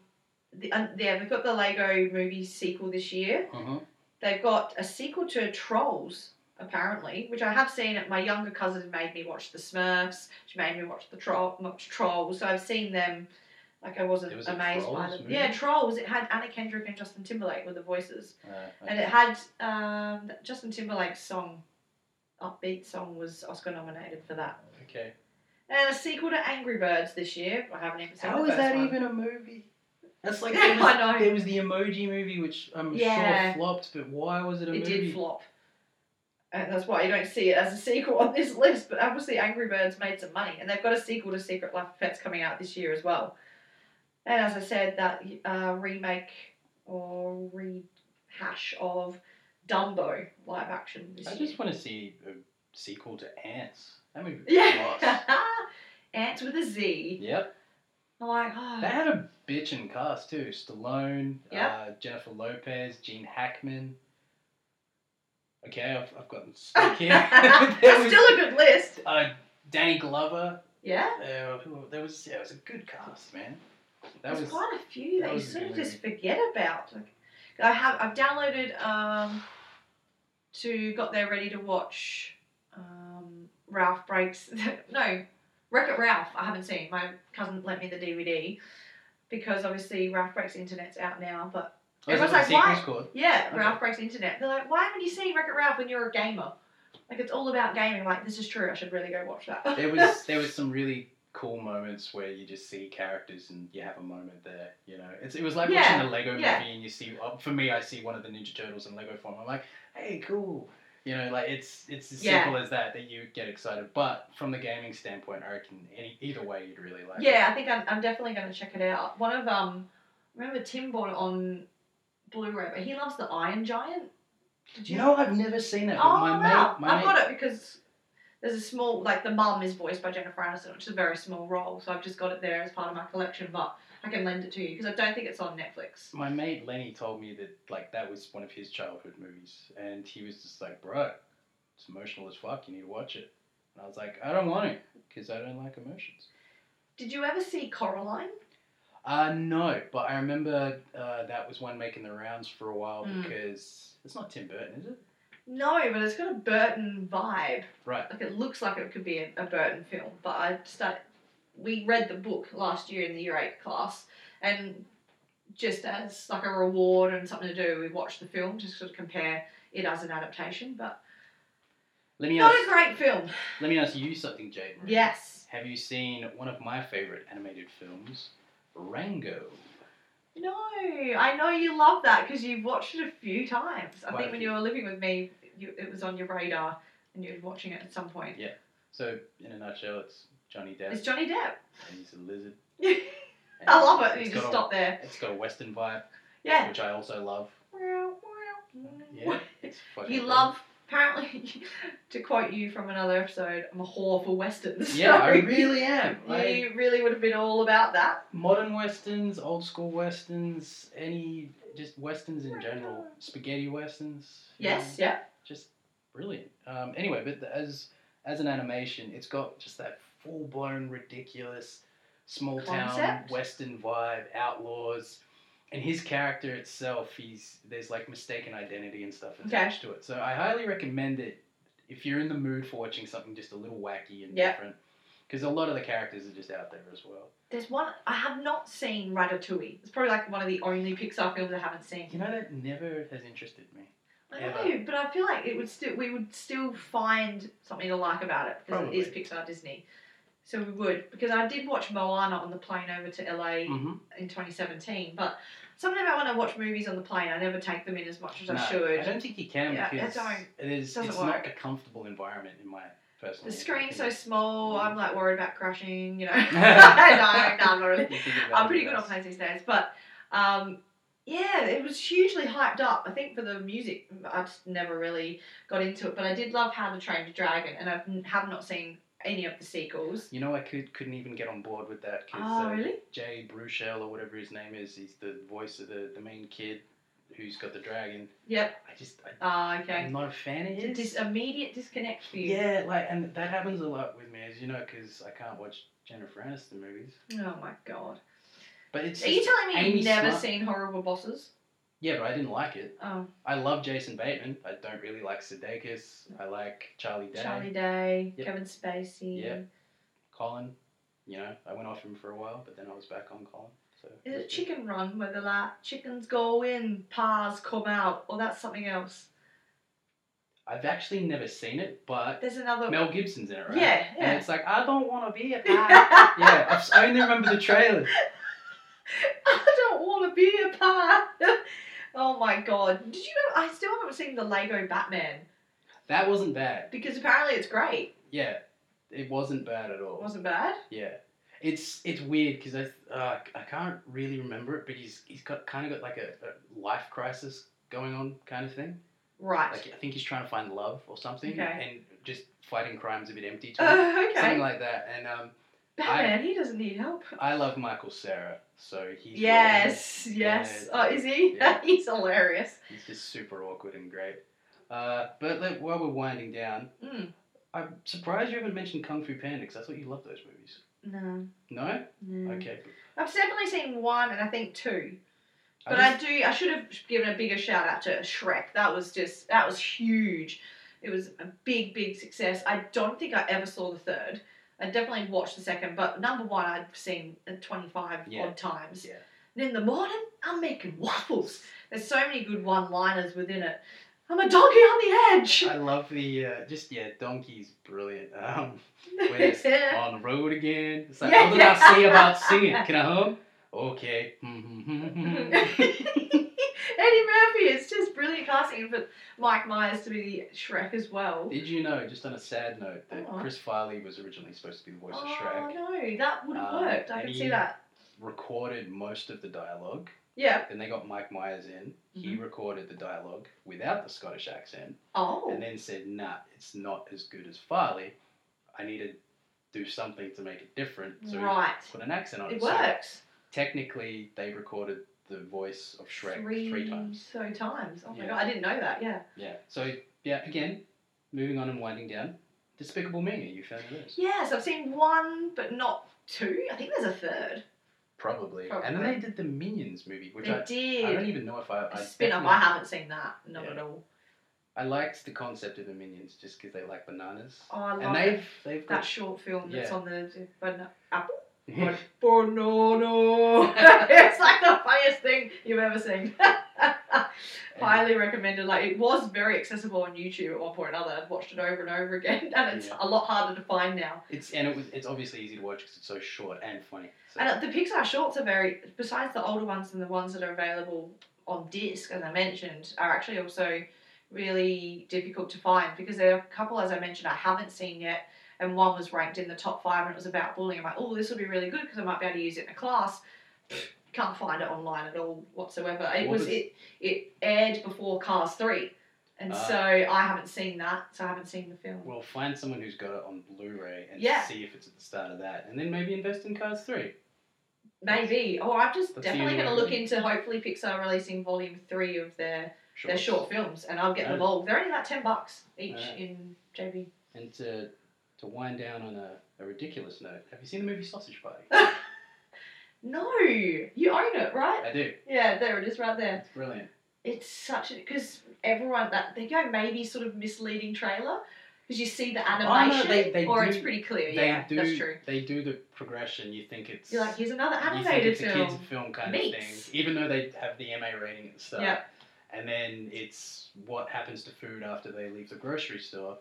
Speaker 2: the, uh, yeah, we've got the Lego Movie sequel this year.
Speaker 1: Uh-huh.
Speaker 2: They've got a sequel to Trolls apparently, which I have seen. My younger cousin made me watch the Smurfs. She made me watch the troll, watch Trolls. So I've seen them. Like I wasn't
Speaker 1: There was a
Speaker 2: amazed by
Speaker 1: Trolls
Speaker 2: them.
Speaker 1: movie?
Speaker 2: Yeah, Trolls. It had Anna Kendrick and Justin Timberlake with the voices,
Speaker 1: Uh, okay.
Speaker 2: and it had um, Justin Timberlake's song. Upbeat song was Oscar nominated for that.
Speaker 1: okay.
Speaker 2: And a sequel to Angry Birds this year. I haven't even seen
Speaker 1: How
Speaker 2: the
Speaker 1: is
Speaker 2: first
Speaker 1: that
Speaker 2: one.
Speaker 1: even a movie? That's like
Speaker 2: I
Speaker 1: there was,
Speaker 2: know.
Speaker 1: there was the Emoji movie, which I'm
Speaker 2: Yeah.
Speaker 1: sure flopped, but why was it a
Speaker 2: It
Speaker 1: movie?
Speaker 2: did flop. And that's why you don't see it as a sequel on this list. But obviously, Angry Birds made some money. And they've got a sequel to Secret Life of Pets coming out this year as well. And as I said, that uh, remake or rehash of Dumbo live action this
Speaker 1: I
Speaker 2: year.
Speaker 1: just want to see a sequel to Ants. That movie
Speaker 2: yeah. Ants with a Z.
Speaker 1: Yep.
Speaker 2: I'm like, oh,
Speaker 1: That had a bitchin' cast too. Stallone,
Speaker 2: Yep.
Speaker 1: uh, Jennifer Lopez, Gene Hackman. Okay, I've, I've gotten stuck here. There
Speaker 2: That's
Speaker 1: was,
Speaker 2: still a good list.
Speaker 1: uh, Danny Glover.
Speaker 2: Yeah.
Speaker 1: Uh, who- there was yeah, it was a good cast, man. That
Speaker 2: There's
Speaker 1: was
Speaker 2: quite a few
Speaker 1: that
Speaker 2: that, you
Speaker 1: was a
Speaker 2: sort of
Speaker 1: good
Speaker 2: just forget about. Like, I have I've downloaded um, to got there ready to watch um, Ralph breaks no Wreck It Ralph. I haven't seen. My cousin lent me the DVD because obviously Ralph breaks the internet's out now. But
Speaker 1: Oh, is
Speaker 2: everyone's
Speaker 1: that what the
Speaker 2: like,
Speaker 1: sequel's
Speaker 2: why?
Speaker 1: called?
Speaker 2: yeah,
Speaker 1: Okay.
Speaker 2: Ralph breaks the internet. They're like, why haven't you seen Wreck It Ralph when you're a gamer? Like it's all about gaming. Like this is true. I should really go watch that.
Speaker 1: There was there was some really cool moments where you just see characters and you have a moment there. You know, it's it was like
Speaker 2: Yeah,
Speaker 1: watching a Lego
Speaker 2: yeah.
Speaker 1: movie and you see. uh, For me, I see one of the Ninja Turtles in Lego form. I'm like, hey, cool. You know, like it's it's as
Speaker 2: Yeah.
Speaker 1: simple as that that you get excited. But from the gaming standpoint, I reckon any, either way you'd really like.
Speaker 2: Yeah, I think I'm, I'm definitely going to check it out. One of um, remember Tim bought it on Blu-ray, but he loves the Iron Giant. Did
Speaker 1: it. No, I've never seen it. but
Speaker 2: Oh
Speaker 1: my
Speaker 2: wow!
Speaker 1: mate, my
Speaker 2: I've
Speaker 1: mate,
Speaker 2: got it because there's a small like the mum is voiced by Jennifer Aniston, which is a very small role, so I've just got it there as part of my collection. But I can lend it to you because I don't think it's on Netflix.
Speaker 1: my mate Lenny told me that like that was one of his childhood movies, and he was just like, bro, it's emotional as fuck. You need to watch it. And I was like, I don't want it because I don't like emotions.
Speaker 2: Did you ever see Coraline?
Speaker 1: Uh, no, but I remember uh, that was one making the rounds for a while
Speaker 2: Mm.
Speaker 1: because it's not Tim Burton, is it?
Speaker 2: No, but it's got a Burton vibe.
Speaker 1: Right.
Speaker 2: like it looks like it could be a, a Burton film, but I start. We read the book last year in the year eight class, and just as like a reward and something to do, we watched the film just sort of compare it as an adaptation. But
Speaker 1: Let me
Speaker 2: not
Speaker 1: ask.
Speaker 2: a great film.
Speaker 1: Let me ask you something, Jaden.
Speaker 2: Yes.
Speaker 1: Have you seen one of my favorite animated films, Rango?
Speaker 2: No, I know you love that because you've watched it a few times. I
Speaker 1: Quite a
Speaker 2: think when
Speaker 1: few.
Speaker 2: you were living with me, you, it was on your radar, and you were watching it at some point.
Speaker 1: So, in a nutshell, it's Johnny Depp
Speaker 2: It's Johnny Depp.
Speaker 1: and he's a lizard. and
Speaker 2: I love it.
Speaker 1: it's
Speaker 2: You just
Speaker 1: got a-
Speaker 2: stop there.
Speaker 1: It's got a western vibe,
Speaker 2: Yeah.
Speaker 1: which I also love. Yeah, it's fucking
Speaker 2: You
Speaker 1: cool.
Speaker 2: love, apparently, to quote you from another episode, I'm a whore for westerns.
Speaker 1: Yeah, I
Speaker 2: So
Speaker 1: really am. I,
Speaker 2: You really would have been all about that.
Speaker 1: modern westerns, old school westerns, any just westerns in general, spaghetti westerns. you know?
Speaker 2: Oh Yes, yeah.
Speaker 1: just brilliant. Um, anyway, but the, as as an animation, it's got just that full blown ridiculous small town
Speaker 2: Concept.
Speaker 1: western vibe, outlaws, and his character itself. He's there's like mistaken identity and stuff attached to it. So I highly recommend it if you're in the mood for watching something just a little wacky and
Speaker 2: Yep.
Speaker 1: different. Because a lot of the characters are just out there as well.
Speaker 2: There's one, I have not seen Ratatouille. It's probably like one of the only Pixar films I haven't seen.
Speaker 1: You know that never has interested me.
Speaker 2: I know, but I feel like it would still, we would still find something to like about it because it is Pixar Disney. So we would, because I did watch Moana on the plane over to LA
Speaker 1: Mm-hmm.
Speaker 2: in 2017, but sometimes when I watch movies on the plane, I never take them in as much as I should.
Speaker 1: I don't think you can
Speaker 2: Yeah, I
Speaker 1: because
Speaker 2: don't.
Speaker 1: it is,
Speaker 2: Doesn't
Speaker 1: it's
Speaker 2: work.
Speaker 1: not a comfortable environment in my personal
Speaker 2: The screen's so
Speaker 1: opinion.
Speaker 2: small, I'm like worried about crashing, you know. no, no, I'm not really.
Speaker 1: You think about
Speaker 2: I'm
Speaker 1: it,
Speaker 2: pretty good on
Speaker 1: yes.
Speaker 2: planes these days, but um, yeah, it was hugely hyped up. I think for the music, I just never really got into it, but I did love How to Train Your Dragon, and I have not seen any of the sequels.
Speaker 1: You know, I could, couldn't even get on board with that because
Speaker 2: Oh,
Speaker 1: uh,
Speaker 2: really?
Speaker 1: Jay Bruchel or whatever his name is, he's the voice of the, the main kid who's got the dragon.
Speaker 2: Yep.
Speaker 1: I just, I,
Speaker 2: Ah, okay.
Speaker 1: I'm not a fan of
Speaker 2: It's
Speaker 1: his.
Speaker 2: this immediate disconnect for you.
Speaker 1: yeah, like, and that happens a lot with me, as you know, because I can't watch Jennifer Aniston movies.
Speaker 2: Oh my god.
Speaker 1: But it's.
Speaker 2: Are you
Speaker 1: just-
Speaker 2: telling me
Speaker 1: Amy
Speaker 2: you've never
Speaker 1: Smart-
Speaker 2: seen Horrible Bosses?
Speaker 1: yeah, but I didn't like it.
Speaker 2: Oh,
Speaker 1: I love Jason Bateman. I don't really like Sudeikis. I like Charlie Day,
Speaker 2: Charlie Day,
Speaker 1: Yep.
Speaker 2: Kevin Spacey.
Speaker 1: Yeah. Colin. You know, I went off him for a while, but then I was back on Colin. So
Speaker 2: Is it Chicken Run where they're like chickens go in, pa's come out, or that's something else?
Speaker 1: I've actually never seen it, but
Speaker 2: There's another.
Speaker 1: Mel Gibson's in it, right?
Speaker 2: Yeah,
Speaker 1: And
Speaker 2: yeah.
Speaker 1: it's like, I don't want to be a pie. yeah, I s- I only remember the trailer.
Speaker 2: I don't want to be a pa. oh my god! Did you? Know, I still haven't seen the Lego Batman
Speaker 1: That wasn't bad.
Speaker 2: because apparently it's great.
Speaker 1: Yeah, it wasn't bad at all.
Speaker 2: It wasn't bad.
Speaker 1: Yeah. It's it's weird because I uh, I can't really remember it, but he's he's got kind of got like a, a life crisis going on kind of thing.
Speaker 2: Right.
Speaker 1: Like I think he's trying to find love or something,
Speaker 2: Okay.
Speaker 1: and just fighting crime's a bit empty to him,
Speaker 2: Uh,
Speaker 1: something
Speaker 2: okay.
Speaker 1: like that. And um,
Speaker 2: Batman, he doesn't need help.
Speaker 1: I love Michael Sarah, so he's
Speaker 2: Yes, yes.
Speaker 1: Yeah.
Speaker 2: Oh, is he?
Speaker 1: Yeah.
Speaker 2: He's hilarious.
Speaker 1: awesome. he's just super awkward and great. Uh, but let, while we're winding down,
Speaker 2: Mm.
Speaker 1: I'm surprised you haven't mentioned Kung Fu Panda because I thought you loved those movies.
Speaker 2: No,
Speaker 1: No,
Speaker 2: no.
Speaker 1: okay.
Speaker 2: I've definitely seen one and I think two.
Speaker 1: I
Speaker 2: But
Speaker 1: just-
Speaker 2: I do. I should have given a bigger shout out to Shrek. That was just that was huge. It was a big, big success. I don't think I ever saw the third. I definitely watched the second, but number one I'd seen twenty five
Speaker 1: Yeah.
Speaker 2: odd times.
Speaker 1: Yeah.
Speaker 2: And in the morning, I'm making waffles. There's so many good one liners within it. I'm a donkey on the edge.
Speaker 1: I love the uh, just yeah, donkey's brilliant. Um, when it's on the road again, it's like
Speaker 2: Yeah,
Speaker 1: what did
Speaker 2: yeah.
Speaker 1: I say about singing? Can I home? Okay. yeah,
Speaker 2: Eddie Murphy is just brilliant casting for Mike Myers to be Shrek as well.
Speaker 1: Did you know, just on a sad note, that
Speaker 2: Oh.
Speaker 1: Chris Farley was originally supposed to be the voice of
Speaker 2: Oh
Speaker 1: Shrek,
Speaker 2: no, that would have
Speaker 1: Um,
Speaker 2: worked. I
Speaker 1: and
Speaker 2: can
Speaker 1: he-
Speaker 2: see that.
Speaker 1: recorded most of the dialogue.
Speaker 2: Yeah.
Speaker 1: Then they got Mike Myers in. He
Speaker 2: Mm-hmm.
Speaker 1: recorded the dialogue without the Scottish accent,
Speaker 2: Oh.
Speaker 1: and then said, "Nah, it's not as good as Farley. I need to do something to make it different." So he
Speaker 2: right.
Speaker 1: put an accent on it.
Speaker 2: It
Speaker 1: So
Speaker 2: works.
Speaker 1: technically they recorded the voice of Shrek three, times.
Speaker 2: So times. Oh my
Speaker 1: Yeah.
Speaker 2: god, I didn't know that. Yeah.
Speaker 1: Yeah. So yeah, again, moving on and winding down. Despicable Me. Are you fan of this?
Speaker 2: Yes, I've seen one, but not two. I think there's a third.
Speaker 1: Probably. And then they
Speaker 2: Probably.
Speaker 1: did the Minions movie, which
Speaker 2: they
Speaker 1: I,
Speaker 2: did.
Speaker 1: I don't even know if I
Speaker 2: a
Speaker 1: I,
Speaker 2: spin off.
Speaker 1: definitely-
Speaker 2: I haven't seen that. Not
Speaker 1: Yeah.
Speaker 2: at all.
Speaker 1: I liked the concept of the Minions just because they like bananas.
Speaker 2: Oh, I
Speaker 1: and
Speaker 2: love
Speaker 1: they've they've
Speaker 2: that
Speaker 1: got
Speaker 2: short film that's
Speaker 1: Yeah.
Speaker 2: on the ban- apple.
Speaker 1: yeah.
Speaker 2: Banana. it's like the funniest thing you've ever seen. Highly recommended. Like it was very accessible on YouTube at one point or another. I've watched it over and over again, and it's
Speaker 1: Yeah.
Speaker 2: a lot harder to find now.
Speaker 1: it's and it was it's obviously easy to watch because it's so short and funny. So,
Speaker 2: And uh, the Pixar shorts are very, besides the older ones and the ones that are available on disc, as I mentioned, are actually also really difficult to find because there are a couple, as I mentioned, I haven't seen yet. And one was ranked in the top five and it was about bullying. I'm like, oh, this will be really good because I might be able to use it in a class. Can't find it online at all whatsoever. It
Speaker 1: What
Speaker 2: was
Speaker 1: was-
Speaker 2: it it aired before Cars three, and
Speaker 1: Ah.
Speaker 2: so I haven't seen that. So I haven't seen the film.
Speaker 1: well, find someone who's got it on Blu-ray and
Speaker 2: Yeah.
Speaker 1: see if it's at the start of that, and then maybe invest in Cars Three.
Speaker 2: Maybe. Oh, I'm just
Speaker 1: That's the
Speaker 2: definitely
Speaker 1: only
Speaker 2: going to
Speaker 1: way.
Speaker 2: look into hopefully Pixar releasing volume three of their
Speaker 1: Sure.
Speaker 2: They're short films, and I'll get
Speaker 1: Yeah.
Speaker 2: them all. They're only like ten bucks each
Speaker 1: Yeah.
Speaker 2: in JB.
Speaker 1: And to to wind down on a, a ridiculous note, have you seen the movie Sausage Party?
Speaker 2: No, you own it, right?
Speaker 1: I do.
Speaker 2: Yeah, there it is, right there.
Speaker 1: It's brilliant.
Speaker 2: It's such a because everyone that they go maybe sort of misleading trailer because you see the animation,
Speaker 1: they- they
Speaker 2: or
Speaker 1: do-
Speaker 2: it's pretty clear.
Speaker 1: They
Speaker 2: yeah,
Speaker 1: do
Speaker 2: that's true.
Speaker 1: they do the progression. You think it's
Speaker 2: You're like, here's another
Speaker 1: you think
Speaker 2: animated
Speaker 1: it's a
Speaker 2: film.
Speaker 1: kids film kind of
Speaker 2: Meats.
Speaker 1: thing, even though they have the MA rating at the start.
Speaker 2: Yeah.
Speaker 1: And then it's what happens to food after they leave the grocery store.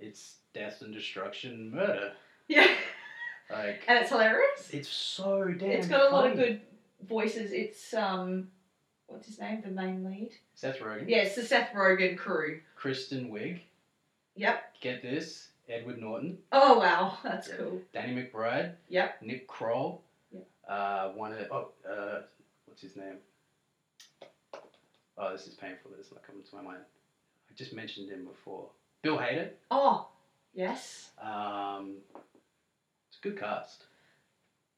Speaker 1: It's death and destruction, murder.
Speaker 2: Yeah,
Speaker 1: Like
Speaker 2: and it's hilarious.
Speaker 1: it's so damn.
Speaker 2: It's got a lot of
Speaker 1: funny.
Speaker 2: good voices. It's um, what's his name? The main lead.
Speaker 1: Seth Rogen,
Speaker 2: Yeah, it's the Seth Rogen crew.
Speaker 1: Kristen Wiig.
Speaker 2: Yep.
Speaker 1: Get this: Edward Norton,
Speaker 2: Oh wow, that's
Speaker 1: Yeah.
Speaker 2: cool.
Speaker 1: Danny McBride.
Speaker 2: Yep.
Speaker 1: Nick Kroll.
Speaker 2: Yep.
Speaker 1: Uh, one of the, oh, uh, what's his name? Oh, this is painful. It's not coming to my mind. I just mentioned him before. Bill Hader.
Speaker 2: Oh, yes.
Speaker 1: Um, it's a good cast.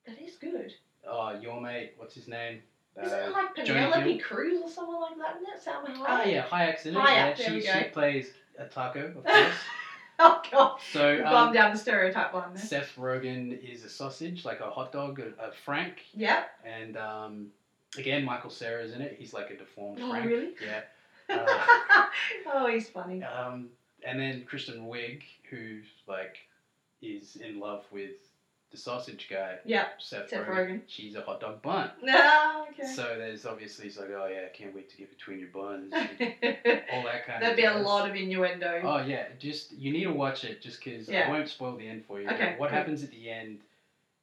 Speaker 2: That is good.
Speaker 1: Oh, your mate, what's his name?
Speaker 2: Isn't it
Speaker 1: Uh,
Speaker 2: like
Speaker 1: Jonah
Speaker 2: Penelope
Speaker 1: Hill.
Speaker 2: Cruz or someone like that? Isn't that sound
Speaker 1: ah,
Speaker 2: like
Speaker 1: yeah, High Accident.
Speaker 2: Hayek,
Speaker 1: yeah,
Speaker 2: there
Speaker 1: she,
Speaker 2: we
Speaker 1: she
Speaker 2: go.
Speaker 1: plays a taco, of course.
Speaker 2: Oh god.
Speaker 1: so,
Speaker 2: Bummed
Speaker 1: um,
Speaker 2: down the stereotype line there.
Speaker 1: Seth Rogen is a sausage, like a hot dog, a, a Frank.
Speaker 2: Yep.
Speaker 1: And um, again, Michael Sarah's in it. He's like a deformed
Speaker 2: Oh
Speaker 1: Frank.
Speaker 2: really?
Speaker 1: Yeah. Uh,
Speaker 2: oh, he's funny.
Speaker 1: um, and then Kristen Wiig, who like is in love with the sausage guy,
Speaker 2: Yeah.
Speaker 1: Seth,
Speaker 2: Seth
Speaker 1: Rogen.
Speaker 2: Rogen.
Speaker 1: She's a hot dog bun.
Speaker 2: No, Ah, okay.
Speaker 1: So there's obviously it's like, oh yeah, I can't wait to get between your buns, and all that kind.
Speaker 2: That'd
Speaker 1: of
Speaker 2: be a
Speaker 1: jazz.
Speaker 2: lot of innuendo.
Speaker 1: Oh yeah, just you need to watch it just because I
Speaker 2: Yeah.
Speaker 1: won't spoil the end for you. but
Speaker 2: Okay,
Speaker 1: What
Speaker 2: cool.
Speaker 1: happens at the end,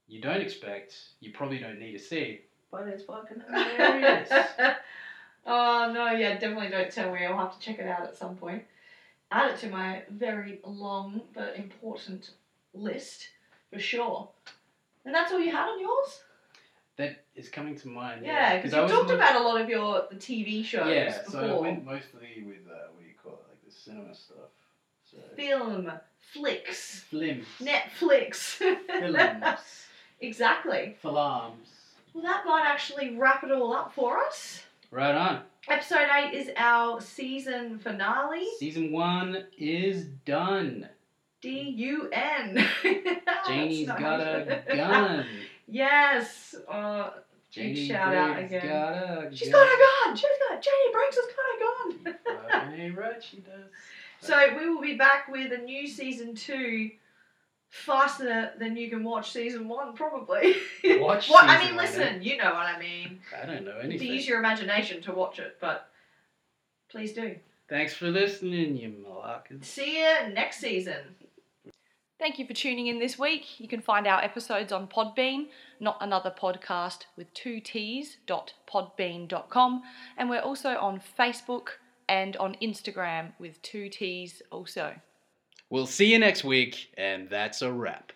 Speaker 1: you don't expect, you probably don't need to see, but it's fucking hilarious.
Speaker 2: oh no, yeah, definitely don't tell me. I'll have to check it out at some point. Add it to my very long but important list for sure. And that's all you had on yours?
Speaker 1: That is coming to mind.
Speaker 2: Yeah, because
Speaker 1: Uh, I
Speaker 2: you
Speaker 1: was
Speaker 2: talked
Speaker 1: mo-
Speaker 2: about a lot of your the TV shows
Speaker 1: Yeah,
Speaker 2: before.
Speaker 4: So I went mostly with uh, what do you call it, like the cinema stuff. So
Speaker 2: Film, flicks,
Speaker 1: Flim.
Speaker 2: Netflix.
Speaker 1: Films.
Speaker 2: exactly.
Speaker 1: Falarms.
Speaker 2: Well, that might actually wrap it all up for us.
Speaker 1: Right on.
Speaker 2: Episode 8 is our season finale.
Speaker 1: Season one is done.
Speaker 2: D U N.
Speaker 1: Janie's
Speaker 2: That's
Speaker 1: got a
Speaker 2: nice.
Speaker 1: gun.
Speaker 2: yes. Uh, Big
Speaker 1: Janie
Speaker 2: shout out
Speaker 1: Briggs
Speaker 2: again.
Speaker 1: got a
Speaker 2: she's got
Speaker 1: gun.
Speaker 2: a gun. She's got Janie Briggs has got a gun.
Speaker 4: fucking ain't right, she does.
Speaker 2: So we will be back with a new season two, faster than you can watch season one, probably.
Speaker 1: Watch
Speaker 2: What I
Speaker 1: season
Speaker 2: mean,
Speaker 1: one,
Speaker 2: listen, you know what I mean.
Speaker 1: eh? I don't know
Speaker 2: To
Speaker 1: anything.
Speaker 2: use your imagination to watch it, but please do.
Speaker 1: Thanks for listening, you malakas.
Speaker 2: See you next season. Thank you for tuning in this week. You can find our episodes on Podbean, not another podcast with two T's dot podbean.com. And we're also on Facebook and on Instagram with two T's also.
Speaker 1: We'll see you next week, and that's a wrap.